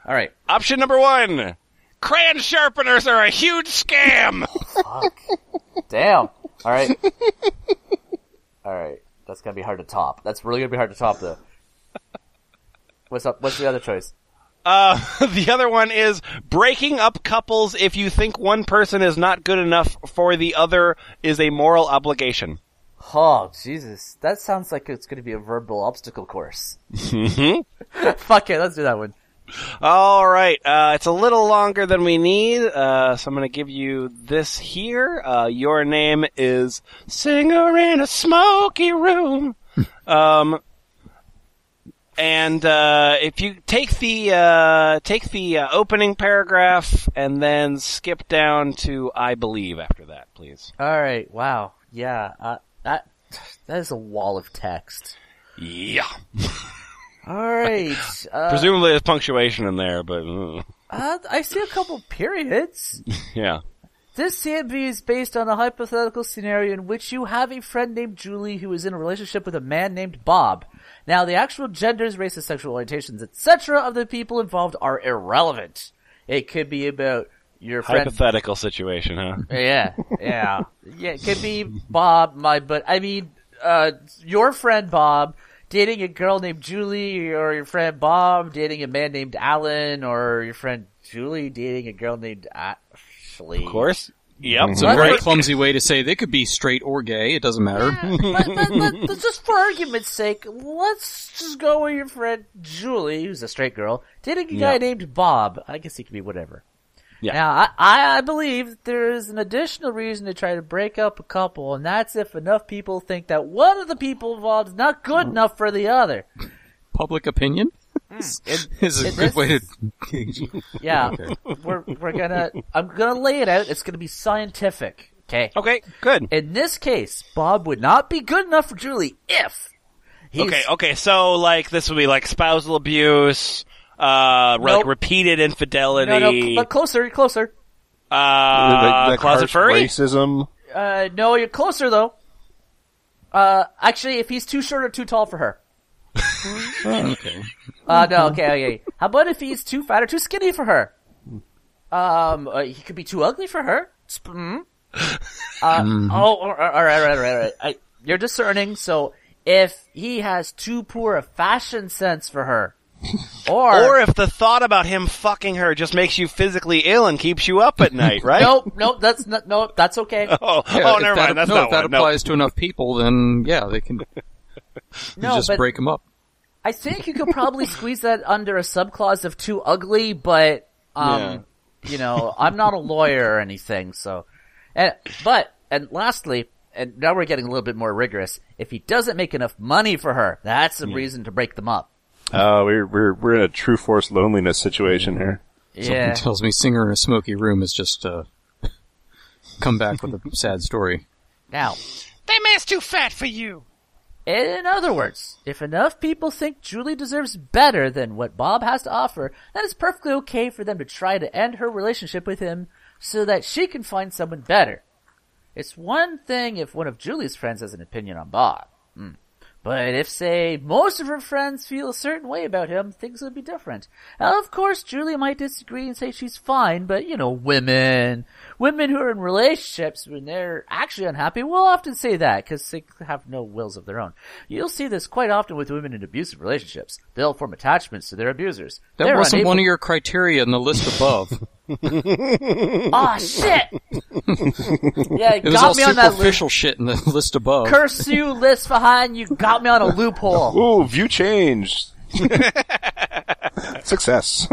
Speaker 5: All right.
Speaker 2: Option number one. Crayon sharpeners are a huge scam.
Speaker 5: Damn. All right. All right. That's gonna be hard to top. That's really gonna be hard to top, though. What's up? What's the other choice?
Speaker 2: Uh, the other one is breaking up couples if you think one person is not good enough for the other is a moral obligation.
Speaker 5: Oh Jesus, that sounds like it's gonna be a verbal obstacle course. Fuck it, let's do that one.
Speaker 2: All right, uh, it's a little longer than we need, uh, so I'm going to give you this here. Uh, your name is Singer in a Smoky Room. um, and uh, if you take the uh, take the uh, opening paragraph and then skip down to I believe after that, please.
Speaker 5: All right. Wow. Yeah. Uh, that that is a wall of text.
Speaker 2: Yeah,
Speaker 5: All right. Uh,
Speaker 2: presumably there's punctuation in there, but mm,
Speaker 5: uh, I see a couple periods.
Speaker 2: yeah.
Speaker 5: Th- This CMV is based on a hypothetical scenario in which you have a friend named Julie who is in a relationship with a man named Bob. Now, the actual genders, races, sexual orientations, etc. of the people involved are irrelevant. It could be about your friend
Speaker 2: Hypothetical situation, huh?
Speaker 5: yeah, yeah, yeah. It could be Bob, my but I mean, uh, your friend Bob dating a girl named Julie, or your friend Bob dating a man named Alan, or your friend Julie dating a girl named Ashley.
Speaker 2: Of course.
Speaker 7: Yep.
Speaker 4: It's a very clumsy way to say they could be straight or gay. It doesn't matter.
Speaker 5: but, but, but, but just for argument's sake, let's just go with your friend Julie, who's a straight girl, dating a guy named Bob. I guess he could be whatever.
Speaker 2: Yeah.
Speaker 5: Now, I, I, I believe that there is an additional reason to try to break up a couple, and that's if enough people think that one of the people involved is not good enough for the other.
Speaker 4: Public opinion is a
Speaker 5: it-
Speaker 4: good
Speaker 5: this-
Speaker 4: way to engage.
Speaker 5: Yeah. We're, we're gonna, I'm gonna lay it out. It's gonna be scientific. Okay.
Speaker 2: Okay, good.
Speaker 5: In this case, Bob would not be good enough for Julie if he's
Speaker 2: Okay, okay, so like this would be like spousal abuse, uh, re-
Speaker 5: Nope.
Speaker 2: repeated infidelity,
Speaker 5: No, no, cl- but closer, you're closer.
Speaker 2: uh,
Speaker 3: Like, like
Speaker 2: closet
Speaker 3: harsh
Speaker 2: furry.
Speaker 3: Racism.
Speaker 5: Uh, no, you're closer though. Uh, actually, if he's too short or too tall for her.
Speaker 2: Oh,
Speaker 4: okay.
Speaker 5: Uh, no, okay, okay. How about if he's too fat or too skinny for her? Um, uh, he could be too ugly for her. Sp- mm. Uh,
Speaker 2: Mm-hmm.
Speaker 5: oh, all right, all right, all right, all right. I, you're discerning, so if he has too poor a fashion sense for her, or,
Speaker 2: Or if the thought about him fucking her just makes you physically ill and keeps you up at night, right?
Speaker 5: nope, nope, that's not, nope, that's okay.
Speaker 2: Oh,
Speaker 4: Yeah,
Speaker 2: oh,
Speaker 4: if
Speaker 2: never
Speaker 4: that-
Speaker 2: mind. That's
Speaker 4: no,
Speaker 2: not
Speaker 4: if that
Speaker 2: one. No.
Speaker 4: applies to enough people, then yeah, they can
Speaker 5: No,
Speaker 4: just
Speaker 5: but
Speaker 4: break them up.
Speaker 5: I think you could probably squeeze that under a subclause of too ugly, but um, you know, I'm not a lawyer or anything, so. And, but and lastly, and now we're getting a little bit more rigorous. If he doesn't make enough money for her, that's a reason to break them up.
Speaker 3: Uh, we're, we're, we're in a true force loneliness situation here.
Speaker 5: Yeah,
Speaker 4: Something tells me Singer in a smoky room is just uh, come back with a sad story.
Speaker 5: Now,
Speaker 9: That man's too fat for you.
Speaker 5: in other words, if enough people think Julie deserves better than what Bob has to offer, then it's perfectly okay for them to try to end her relationship with him so that she can find someone better. It's one thing if one of Julie's friends has an opinion on Bob. Hmm. But if, say, most of her friends feel a certain way about him, things would be different. Now, of course, Julie might disagree and say she's fine, but, you know, women. Women who are in relationships when they're actually unhappy will often say that, because they have no wills of their own. You'll see this quite often with women in abusive relationships. They'll form attachments to their abusers.
Speaker 4: That
Speaker 5: They're
Speaker 4: wasn't
Speaker 5: unable-
Speaker 4: one of your criteria in the list above.
Speaker 5: Aw, Ah, shit! yeah, you
Speaker 4: It was
Speaker 5: got
Speaker 4: all
Speaker 5: me on that loop.
Speaker 4: superficial shit in the list above.
Speaker 5: Curse you, list behind, you got me on a loophole.
Speaker 3: Ooh, view changed. Success.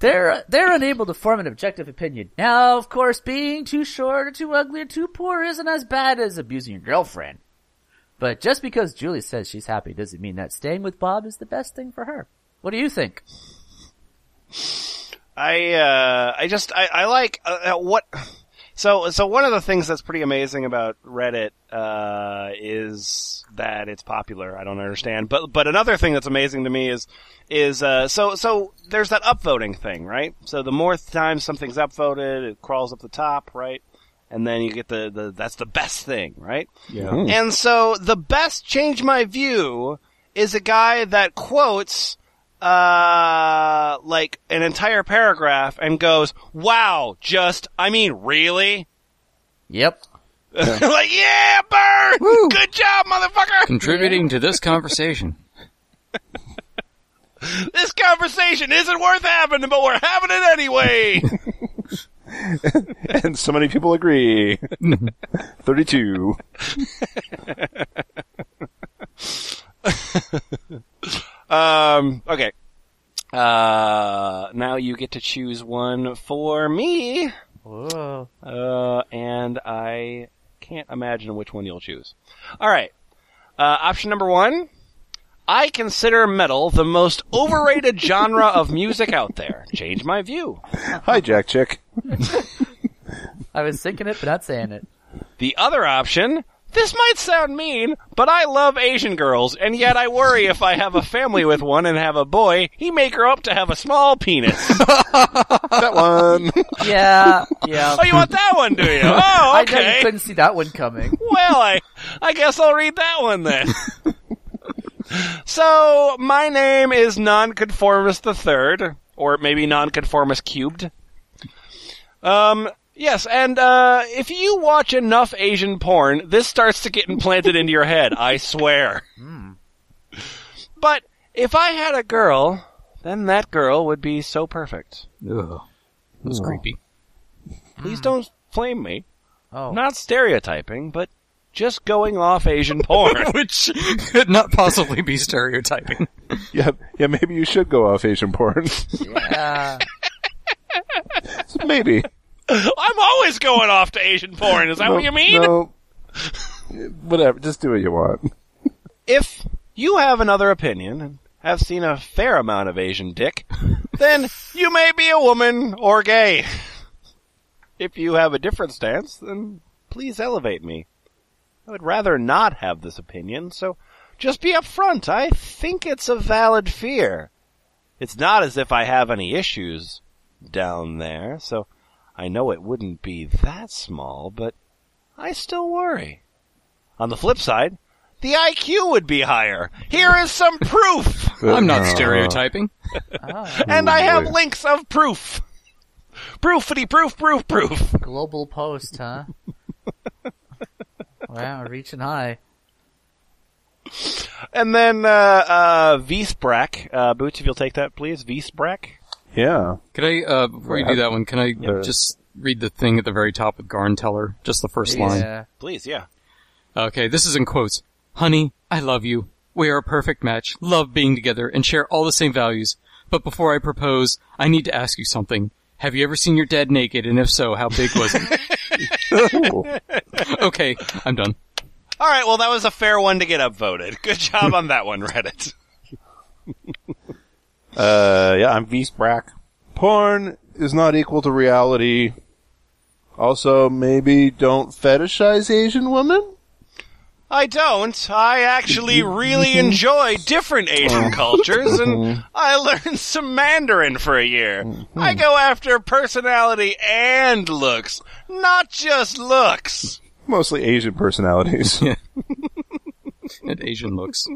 Speaker 5: They're they're unable to form an objective opinion. Now, of course, being too short or too ugly or too poor isn't as bad as abusing your girlfriend. But just because Julie says she's happy doesn't mean that staying with Bob is the best thing for her. What do you think?
Speaker 2: I uh, I just I, I like uh, uh, what. So so one of the things that's pretty amazing about Reddit uh, is that it's popular. I don't understand, but but another thing that's amazing to me is is uh, so so there's that upvoting thing, right? So the more times something's upvoted, it crawls up the top, right? And then you get the, the that's the best thing, right?
Speaker 4: Yeah.
Speaker 2: And so the best change my view is a guy that quotes uh like an entire paragraph and goes, "Wow, just I mean, really?"
Speaker 5: Yep.
Speaker 2: like, "Yeah, burn. Good job, motherfucker.
Speaker 4: Contributing to this conversation.
Speaker 2: This conversation isn't worth having, but we're having it anyway."
Speaker 3: and so many people agree. 32.
Speaker 2: um, okay. Uh, now you get to choose one for me.
Speaker 5: Whoa.
Speaker 2: Uh, and I can't imagine which one you'll choose. All right. Uh, option number one. I consider metal the most overrated genre of music out there. Change my view.
Speaker 3: Hi, Jack Chick.
Speaker 5: I was thinking it, but not saying it.
Speaker 2: The other option. This might sound mean, but I love Asian girls, and yet I worry if I have a family with one and have a boy, he may grow up to have a small penis.
Speaker 3: that one.
Speaker 5: Yeah, yeah.
Speaker 2: Oh, you want that one, do you? Oh,
Speaker 5: I know you
Speaker 2: okay.
Speaker 5: couldn't see that one coming.
Speaker 2: well, I, I guess I'll read that one then. so, my name is Nonconformist the Third, or maybe Nonconformist Cubed. Um, yes, and uh, if you watch enough Asian porn, this starts to get implanted into your head, I swear.
Speaker 5: Hmm.
Speaker 2: But if I had a girl, then that girl would be so perfect.
Speaker 4: Ugh. That's creepy.
Speaker 5: Hmm.
Speaker 2: Please don't flame me.
Speaker 5: Oh,
Speaker 2: Not stereotyping, but just going off Asian porn.
Speaker 4: Which could not possibly be stereotyping.
Speaker 3: Yeah, yeah. Maybe you should go off Asian porn.
Speaker 5: yeah.
Speaker 3: maybe.
Speaker 2: I'm always going off to Asian porn. Is that
Speaker 3: No,
Speaker 2: what you mean?
Speaker 3: No. Whatever. Just do what you want.
Speaker 2: If you have another opinion and have seen a fair amount of Asian dick, then you may be a woman or gay. If you have a different stance, then please elevate me. I would rather not have this opinion, so just be upfront. I think it's a valid fear. It's not as if I have any issues down there, so I know it wouldn't be that small, but I still worry. On the flip side, the IQ would be higher. Here is some proof,
Speaker 4: I'm not
Speaker 3: Uh,
Speaker 4: stereotyping.
Speaker 2: and I have
Speaker 3: boy.
Speaker 2: links of proof. Proofity proof proof proof.
Speaker 5: Global post, huh? wow, reaching high.
Speaker 2: And then uh uh Vsbrack, uh Boots if you'll take that please, Vsbrack.
Speaker 3: Yeah.
Speaker 4: Can I, uh, before you do that one, can I
Speaker 3: Yeah.
Speaker 4: just read the thing at the very top with Garn Teller? Just the first line.
Speaker 5: Yeah.
Speaker 2: Please, yeah.
Speaker 4: Okay, this is in quotes. Honey, I love you. We are a perfect match, love being together, and share all the same values. But before I propose, I need to ask you something. Have you ever seen your dad naked? And if so, how big was it? okay, I'm done.
Speaker 2: All right, well that was a fair one to get upvoted. Good job on that one, Reddit.
Speaker 3: Uh, yeah. I'm V's Brack.
Speaker 6: Porn is not equal to reality.
Speaker 3: Also, maybe don't fetishize Asian women.
Speaker 2: I don't. I actually really enjoy different Asian cultures, and I learned some Mandarin for a year. I go after personality and looks, not just looks.
Speaker 3: Mostly Asian personalities.
Speaker 4: And Asian looks.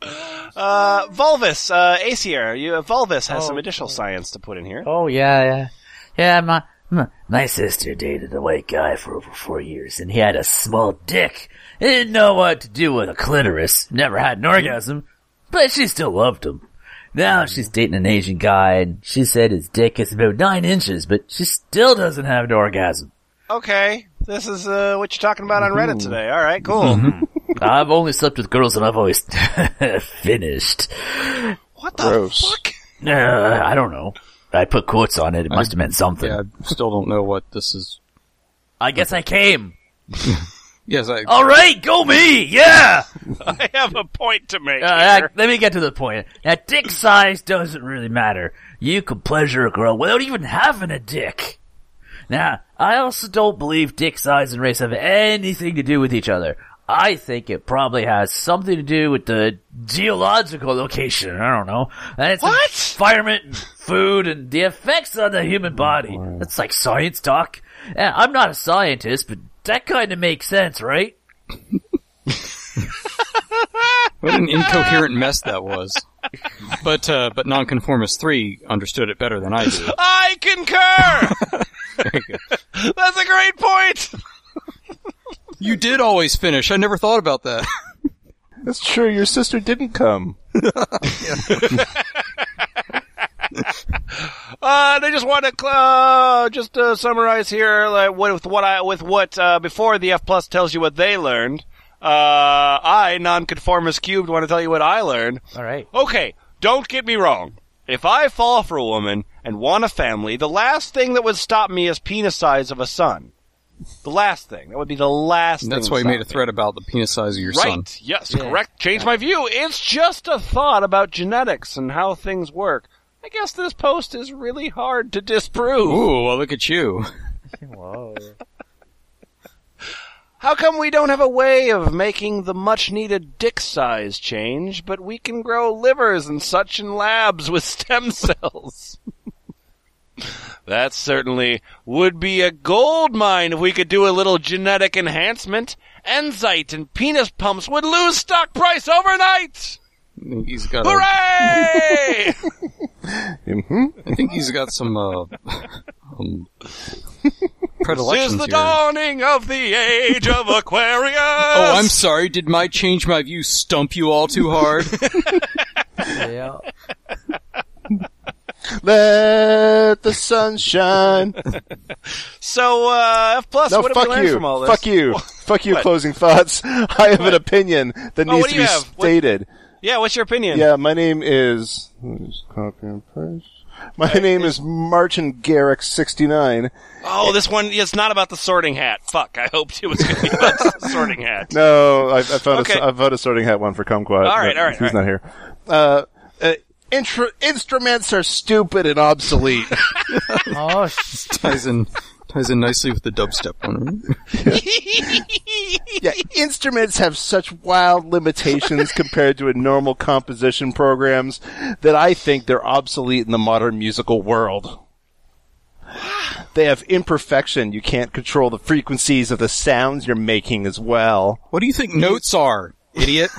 Speaker 2: Uh, Volvis, uh, Aesir, you, Volvis has
Speaker 5: Oh,
Speaker 2: some additional science to put in here.
Speaker 5: Oh yeah, yeah, yeah. My my- my sister dated a white guy for over four years, and he had a small dick. He didn't know what to do with a clitoris. Never had an orgasm, but she still loved him. Now she's dating an Asian guy, and she said his dick is about nine inches, but she still doesn't have an orgasm.
Speaker 2: Okay, this is, uh, what you're talking about on Reddit today. All right, cool.
Speaker 5: I've only slept with girls, and I've always finished.
Speaker 2: What the
Speaker 3: Gross.
Speaker 2: fuck?
Speaker 5: Uh, I don't know. I put quotes on it. It must have meant something.
Speaker 4: Yeah, I still don't know what this is.
Speaker 5: I guess I came.
Speaker 4: Yes, I.
Speaker 5: All right, go me. Yeah.
Speaker 2: I have a point to make
Speaker 5: Uh,
Speaker 2: here.
Speaker 5: let me get to the point. Now, dick size doesn't really matter. You can pleasure a girl without even having a dick. Now, I also don't believe dick size and race have anything to do with each other. I think it probably has something to do with the geological location. I don't know. And it's
Speaker 2: What?
Speaker 5: environment, and food, and the effects on the human body.
Speaker 6: Oh,
Speaker 5: That's like science talk. Yeah, I'm not a scientist, but that kind of makes sense, right?
Speaker 4: What an incoherent mess that was. But uh, but Nonconformist Three understood it better than I do.
Speaker 2: I concur! That's a great point!
Speaker 4: You did always finish. I never thought about that.
Speaker 3: That's true. Your sister didn't come.
Speaker 2: Uh, and I just want to cl- uh, just uh, summarize here, like what, with what I with what uh, before the F plus tells you what they learned. Uh, I nonconformist cubed want to tell you what I learned.
Speaker 5: All right.
Speaker 2: Okay, don't get me wrong. If I fall for a woman and want a family, the last thing that would stop me is penis size of a son. The last thing that would be the last.
Speaker 4: That's
Speaker 2: thing to
Speaker 4: why you made a
Speaker 2: stop me.
Speaker 4: thread about the penis size of your son.
Speaker 2: Right. Yes, correct. Change my view. It's just a thought about genetics and how things work. I guess this post is really hard to disprove.
Speaker 4: Ooh, well, look at you.
Speaker 2: How come we don't have a way of making the much needed dick size change, but we can grow livers and such in labs with stem cells? that certainly would be a gold mine if we could do a little genetic enhancement. Enzyte and penis pumps would lose stock price overnight!
Speaker 4: He's got.
Speaker 6: Oh.
Speaker 4: a-
Speaker 2: Hooray!
Speaker 3: Mm-hmm.
Speaker 4: I think he's got some uh, um,
Speaker 2: This is
Speaker 4: predilections
Speaker 2: the
Speaker 4: here.
Speaker 2: dawning of the age of Aquarius!
Speaker 4: Oh, I'm sorry. Did my change my view stump you all too hard?
Speaker 5: Yeah.
Speaker 6: Let the sun shine.
Speaker 2: So, uh, F plus,
Speaker 6: No,
Speaker 2: what have we
Speaker 6: fuck
Speaker 2: learned
Speaker 6: you.
Speaker 2: from all this?
Speaker 6: Fuck you. Fuck you, closing thoughts. I have an opinion that
Speaker 2: Oh,
Speaker 6: needs
Speaker 2: what
Speaker 6: to
Speaker 2: do you
Speaker 6: be
Speaker 2: have? What-
Speaker 6: stated.
Speaker 2: Yeah, what's your opinion?
Speaker 6: Yeah, my name is. let me just Copy and paste. My name is Martin Garrick 69.
Speaker 2: Oh, this one, it's not about the sorting hat. Fuck, I hoped it was going to be about the sorting hat.
Speaker 6: No, I, I found
Speaker 2: Okay.
Speaker 6: a, I found a sorting hat one for Kumquat.
Speaker 2: All right,
Speaker 6: but
Speaker 2: all right,
Speaker 6: He's
Speaker 2: all
Speaker 6: not here. Uh, uh, intra- instruments are stupid and obsolete.
Speaker 5: Oh, sh-
Speaker 4: ties in ties in nicely with the dubstep one. right?
Speaker 6: yeah, instruments have such wild limitations compared to a normal composition programs that I think they're obsolete in the modern musical world. They have imperfection. You can't control the frequencies of the sounds you're making as well.
Speaker 4: What do you think notes are, idiot?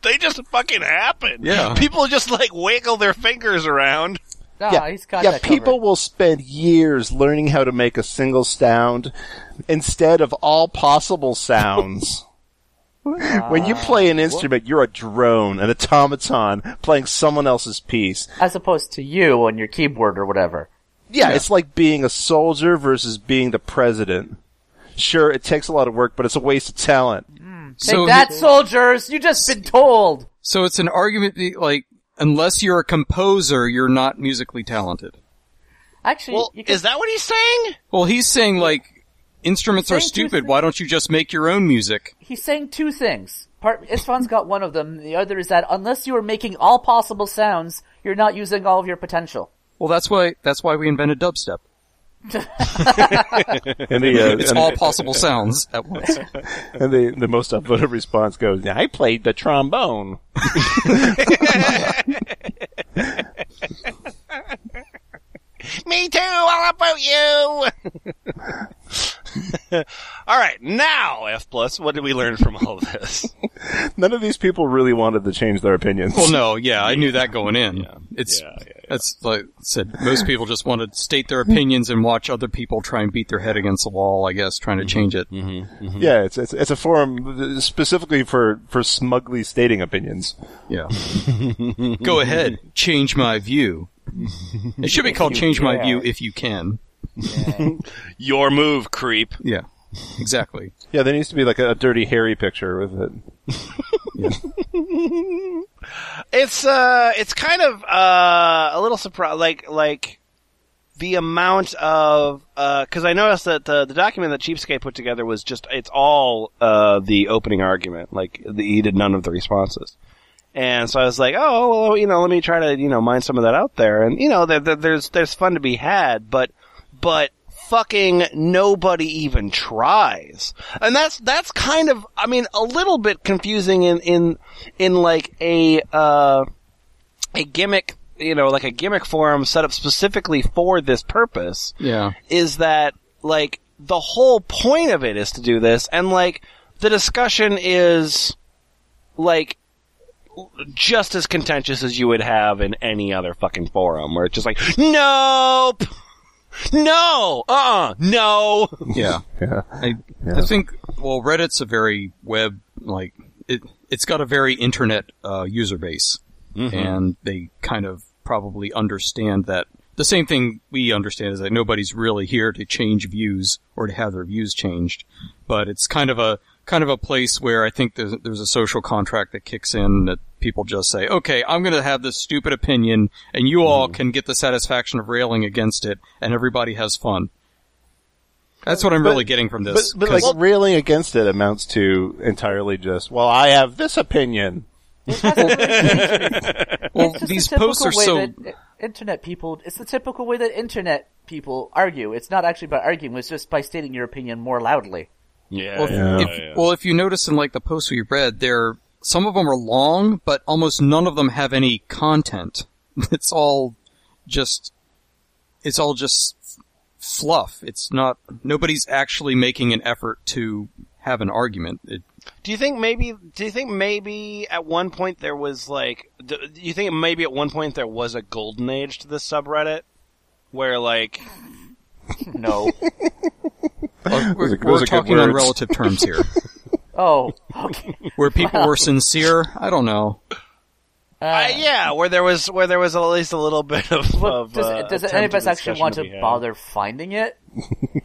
Speaker 2: they just fucking happen.
Speaker 4: Yeah.
Speaker 2: People just like wiggle their fingers around.
Speaker 5: nah,
Speaker 6: yeah,
Speaker 5: he's got
Speaker 6: yeah,
Speaker 5: that
Speaker 6: people will spend years learning how to make a single sound instead of all possible sounds. when
Speaker 5: Ah,
Speaker 6: you play an instrument, you're a drone, an automaton playing someone else's piece.
Speaker 5: covered. As opposed to you on your keyboard or whatever.
Speaker 6: Yeah, it's like being a soldier versus being the president. Sure, it takes a lot of work, but it's a waste of talent.
Speaker 4: so
Speaker 5: Take that, soldiers! You just been told.
Speaker 4: so it's an argument that, like unless you're a composer, you're not musically talented.
Speaker 5: Actually,
Speaker 2: Well,
Speaker 5: you can
Speaker 2: is that what he's saying?
Speaker 4: Well, he's saying like instruments are
Speaker 5: Thank you,
Speaker 4: stupid.
Speaker 5: thank-
Speaker 4: Why don't you just make your own music?
Speaker 5: he's saying two things. Part Isfan's got one of them. The other is that unless you are making all possible sounds, you're not using all of your potential.
Speaker 4: Well, that's why that's why we invented dubstep.
Speaker 6: And the, uh,
Speaker 4: It's
Speaker 6: and,
Speaker 4: all possible sounds at once.
Speaker 6: and the, the most upvoted response goes, I played the trombone.
Speaker 2: Me too, all about you! Alright, now, F plus, what did we learn from all this?
Speaker 6: None of these people really wanted to change their opinions.
Speaker 4: Well, no, yeah, I knew that going in. It's that's like I said. Most people just want to state their opinions and watch other people try and beat their head against the wall. I guess trying to change it.
Speaker 6: Yeah, it's, it's it's a forum specifically for for smugly stating opinions.
Speaker 4: Yeah. Go ahead, change my view. It should be called "Change My View" if you can.
Speaker 2: Your move, creep.
Speaker 4: Yeah, exactly.
Speaker 6: Yeah, there needs to be like a, a dirty hairy picture with it.
Speaker 2: It's uh, it's kind of uh, a little surprise, like like the amount of because I noticed that the, the document that Cheapskate put together was just it's all uh, the opening argument, like the, he did none of the responses. And so I was like, oh, well, you know, let me try to, you know, mine some of that out there. And, you know, there, there, there's, there's fun to be had, but, but fucking nobody even tries. And that's, that's kind of, I mean, a little bit confusing in, in, in like a, uh, a gimmick, you know, like a gimmick forum set up specifically for this purpose
Speaker 4: Yeah,
Speaker 2: is that like the whole point of it is to do this and like the discussion is like just as contentious as you would have in any other fucking forum where it's just like nope no uh-uh no
Speaker 4: yeah, I, I think. Well, Reddit's a very web like it. It's got a very internet uh, user base, and they kind of probably understand that. The same thing we understand is that nobody's really here to change views or to have their views changed, but it's kind of a kind of a place where I think there's, there's a social contract that kicks in that people just say, "Okay, I'm going to have this stupid opinion, and you all can get the satisfaction of railing against it, and everybody has fun." That's what I'm really getting from
Speaker 6: But
Speaker 4: this.
Speaker 6: but
Speaker 4: 'cause-
Speaker 6: like railing against it amounts to entirely just well, I have this opinion.
Speaker 4: well,
Speaker 5: It's just
Speaker 4: these
Speaker 5: the typical
Speaker 4: posts are
Speaker 5: way
Speaker 4: so
Speaker 5: that i- internet people. It's the typical way that internet people argue. It's not actually by arguing. It's just by stating your opinion more loudly.
Speaker 7: Yeah.
Speaker 4: Well, if,
Speaker 7: yeah,
Speaker 4: if-
Speaker 7: yeah.
Speaker 4: well, if you notice in like the posts we read, there some of them are long, but almost none of them have any content. It's all just it's all just fluff. It's not nobody's actually making an effort to have an argument. It,
Speaker 2: Do you think maybe? Do you think maybe at one point there was like? Do do you think maybe at one point there was a golden age to this subreddit, where like, no,
Speaker 4: well, we're,
Speaker 3: are- those
Speaker 4: we're
Speaker 3: are good
Speaker 4: talking on
Speaker 3: words.
Speaker 4: relative terms here,
Speaker 5: Oh, okay.
Speaker 4: where people were sincere. I don't know.
Speaker 2: Uh,
Speaker 5: Uh,
Speaker 2: yeah, where there was where there was at least a little bit of.
Speaker 5: well,
Speaker 2: of
Speaker 5: does,
Speaker 2: uh,
Speaker 5: does
Speaker 2: attempt
Speaker 5: any of
Speaker 2: at
Speaker 5: us actually
Speaker 2: discussion
Speaker 5: want
Speaker 2: to
Speaker 5: to
Speaker 2: be had.
Speaker 5: bother finding it?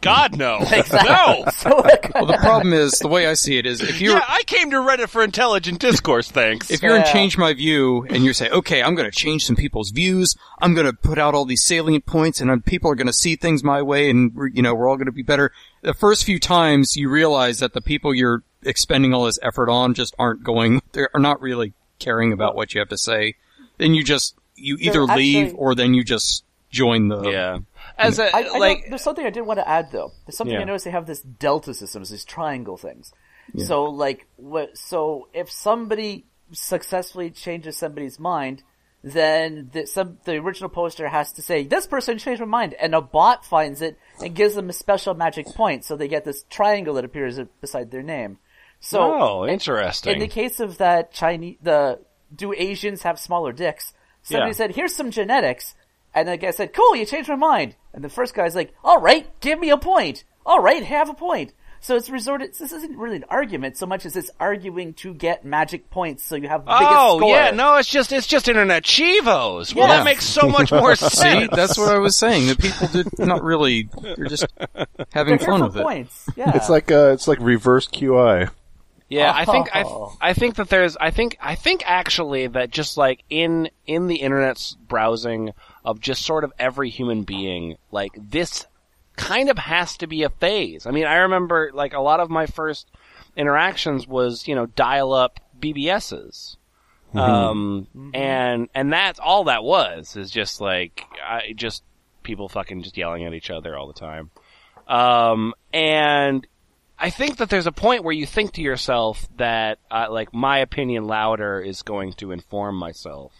Speaker 7: God no.
Speaker 5: Exactly.
Speaker 7: No.
Speaker 5: So it kind
Speaker 4: Well, the problem is the way I see it is if you're
Speaker 7: Yeah, I came to Reddit for intelligent discourse. Thanks.
Speaker 4: if you're in
Speaker 5: Yeah.
Speaker 4: change my view and you say okay i'm going to change some people's views i'm going to put out all these salient points and um, people are going to see things my way and we're, you know we're all going to be better the first few times you realize that the people you're expending all this effort on just aren't going they're not really caring about what you have to say then you just you either
Speaker 5: They're
Speaker 4: leave
Speaker 5: actually-
Speaker 4: or then you just join the
Speaker 2: Yeah, as a
Speaker 5: I, I
Speaker 2: Uh, like
Speaker 5: know, there's something I did want to add though. There's something
Speaker 2: Yeah.
Speaker 5: I noticed they have this delta systems, these triangle things. So like, what? So if somebody successfully changes somebody's mind, then the, some the original poster has to say this person changed my mind, and a bot finds it and gives them a special magic point, so they get this triangle that appears beside their name. So
Speaker 2: oh,
Speaker 5: in
Speaker 2: interesting.
Speaker 5: the case of that Chinese, the do Asians have smaller dicks? Somebody
Speaker 2: Yeah.
Speaker 5: said, "Here's some genetics," and the guy said, "Cool, you changed my mind." And the first guy's like, "All right, give me a point. All right, have a point." So it's resorted. This isn't really an argument so much as it's arguing to get magic points, so you have the biggest
Speaker 2: oh
Speaker 5: score.
Speaker 2: yeah, no, it's just it's just internet chivos. Well,
Speaker 5: Yeah.
Speaker 2: that makes so much more sense.
Speaker 4: See, that's what I was saying. The people did not really, they're just having
Speaker 5: Here
Speaker 4: fun
Speaker 5: for
Speaker 4: with it.
Speaker 5: points. Yeah,
Speaker 3: It's like uh, it's like reverse QI.
Speaker 2: Yeah, I think I, th-
Speaker 5: Oh.
Speaker 2: I think that there's I think I think actually that just like in in the internet's browsing of just sort of every human being, like this kind of has to be a phase. I mean, I remember like a lot of my first interactions was, you know, dial up BBSs. Um and and that's all that was is just like I just people fucking just yelling at each other all the time. Um and I think that there's a point where you think to yourself that uh, like my opinion louder is going to inform myself,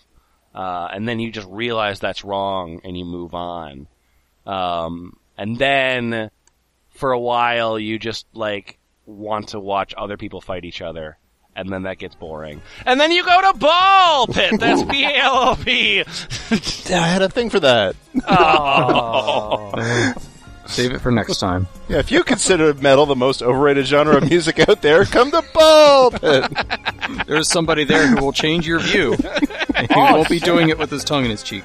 Speaker 2: uh, and then you just realize that's wrong and you move on. Um, and then for a while you just like want to watch other people fight each other. And then that gets boring. And then you go to ball pit. That's B A L O P.
Speaker 3: Yeah, I had a thing for that.
Speaker 4: Save it for next time.
Speaker 3: Yeah, if you consider metal the most overrated genre of music out there, come to Ball Pit.
Speaker 4: There's somebody there who will change your view. And he won't be doing it with his tongue in his cheek.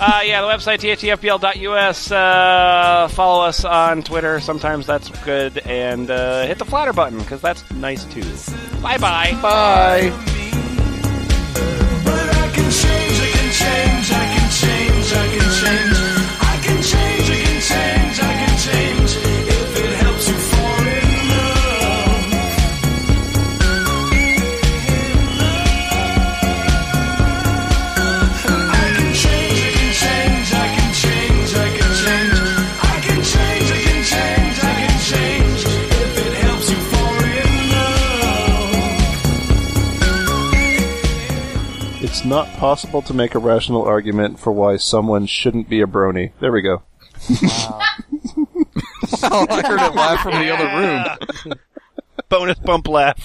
Speaker 2: Uh, yeah, the website, thtfpl.us. Uh, follow us on Twitter. Sometimes that's good. And uh, hit the flatter button, because that's nice too. Bye bye.
Speaker 3: Bye.
Speaker 10: But I can change, I can change, I can change, I can change. I can change, I can change, I can change. If it helps you fall in love. I can change, I can change, I can change, I can change. I can change, I can change, I can change. If it helps you fall in love.
Speaker 3: It's not possible to make a rational argument for why someone shouldn't be a brony. There we go.
Speaker 4: Oh, I heard it laugh from the other room.
Speaker 2: Bonus bump laugh.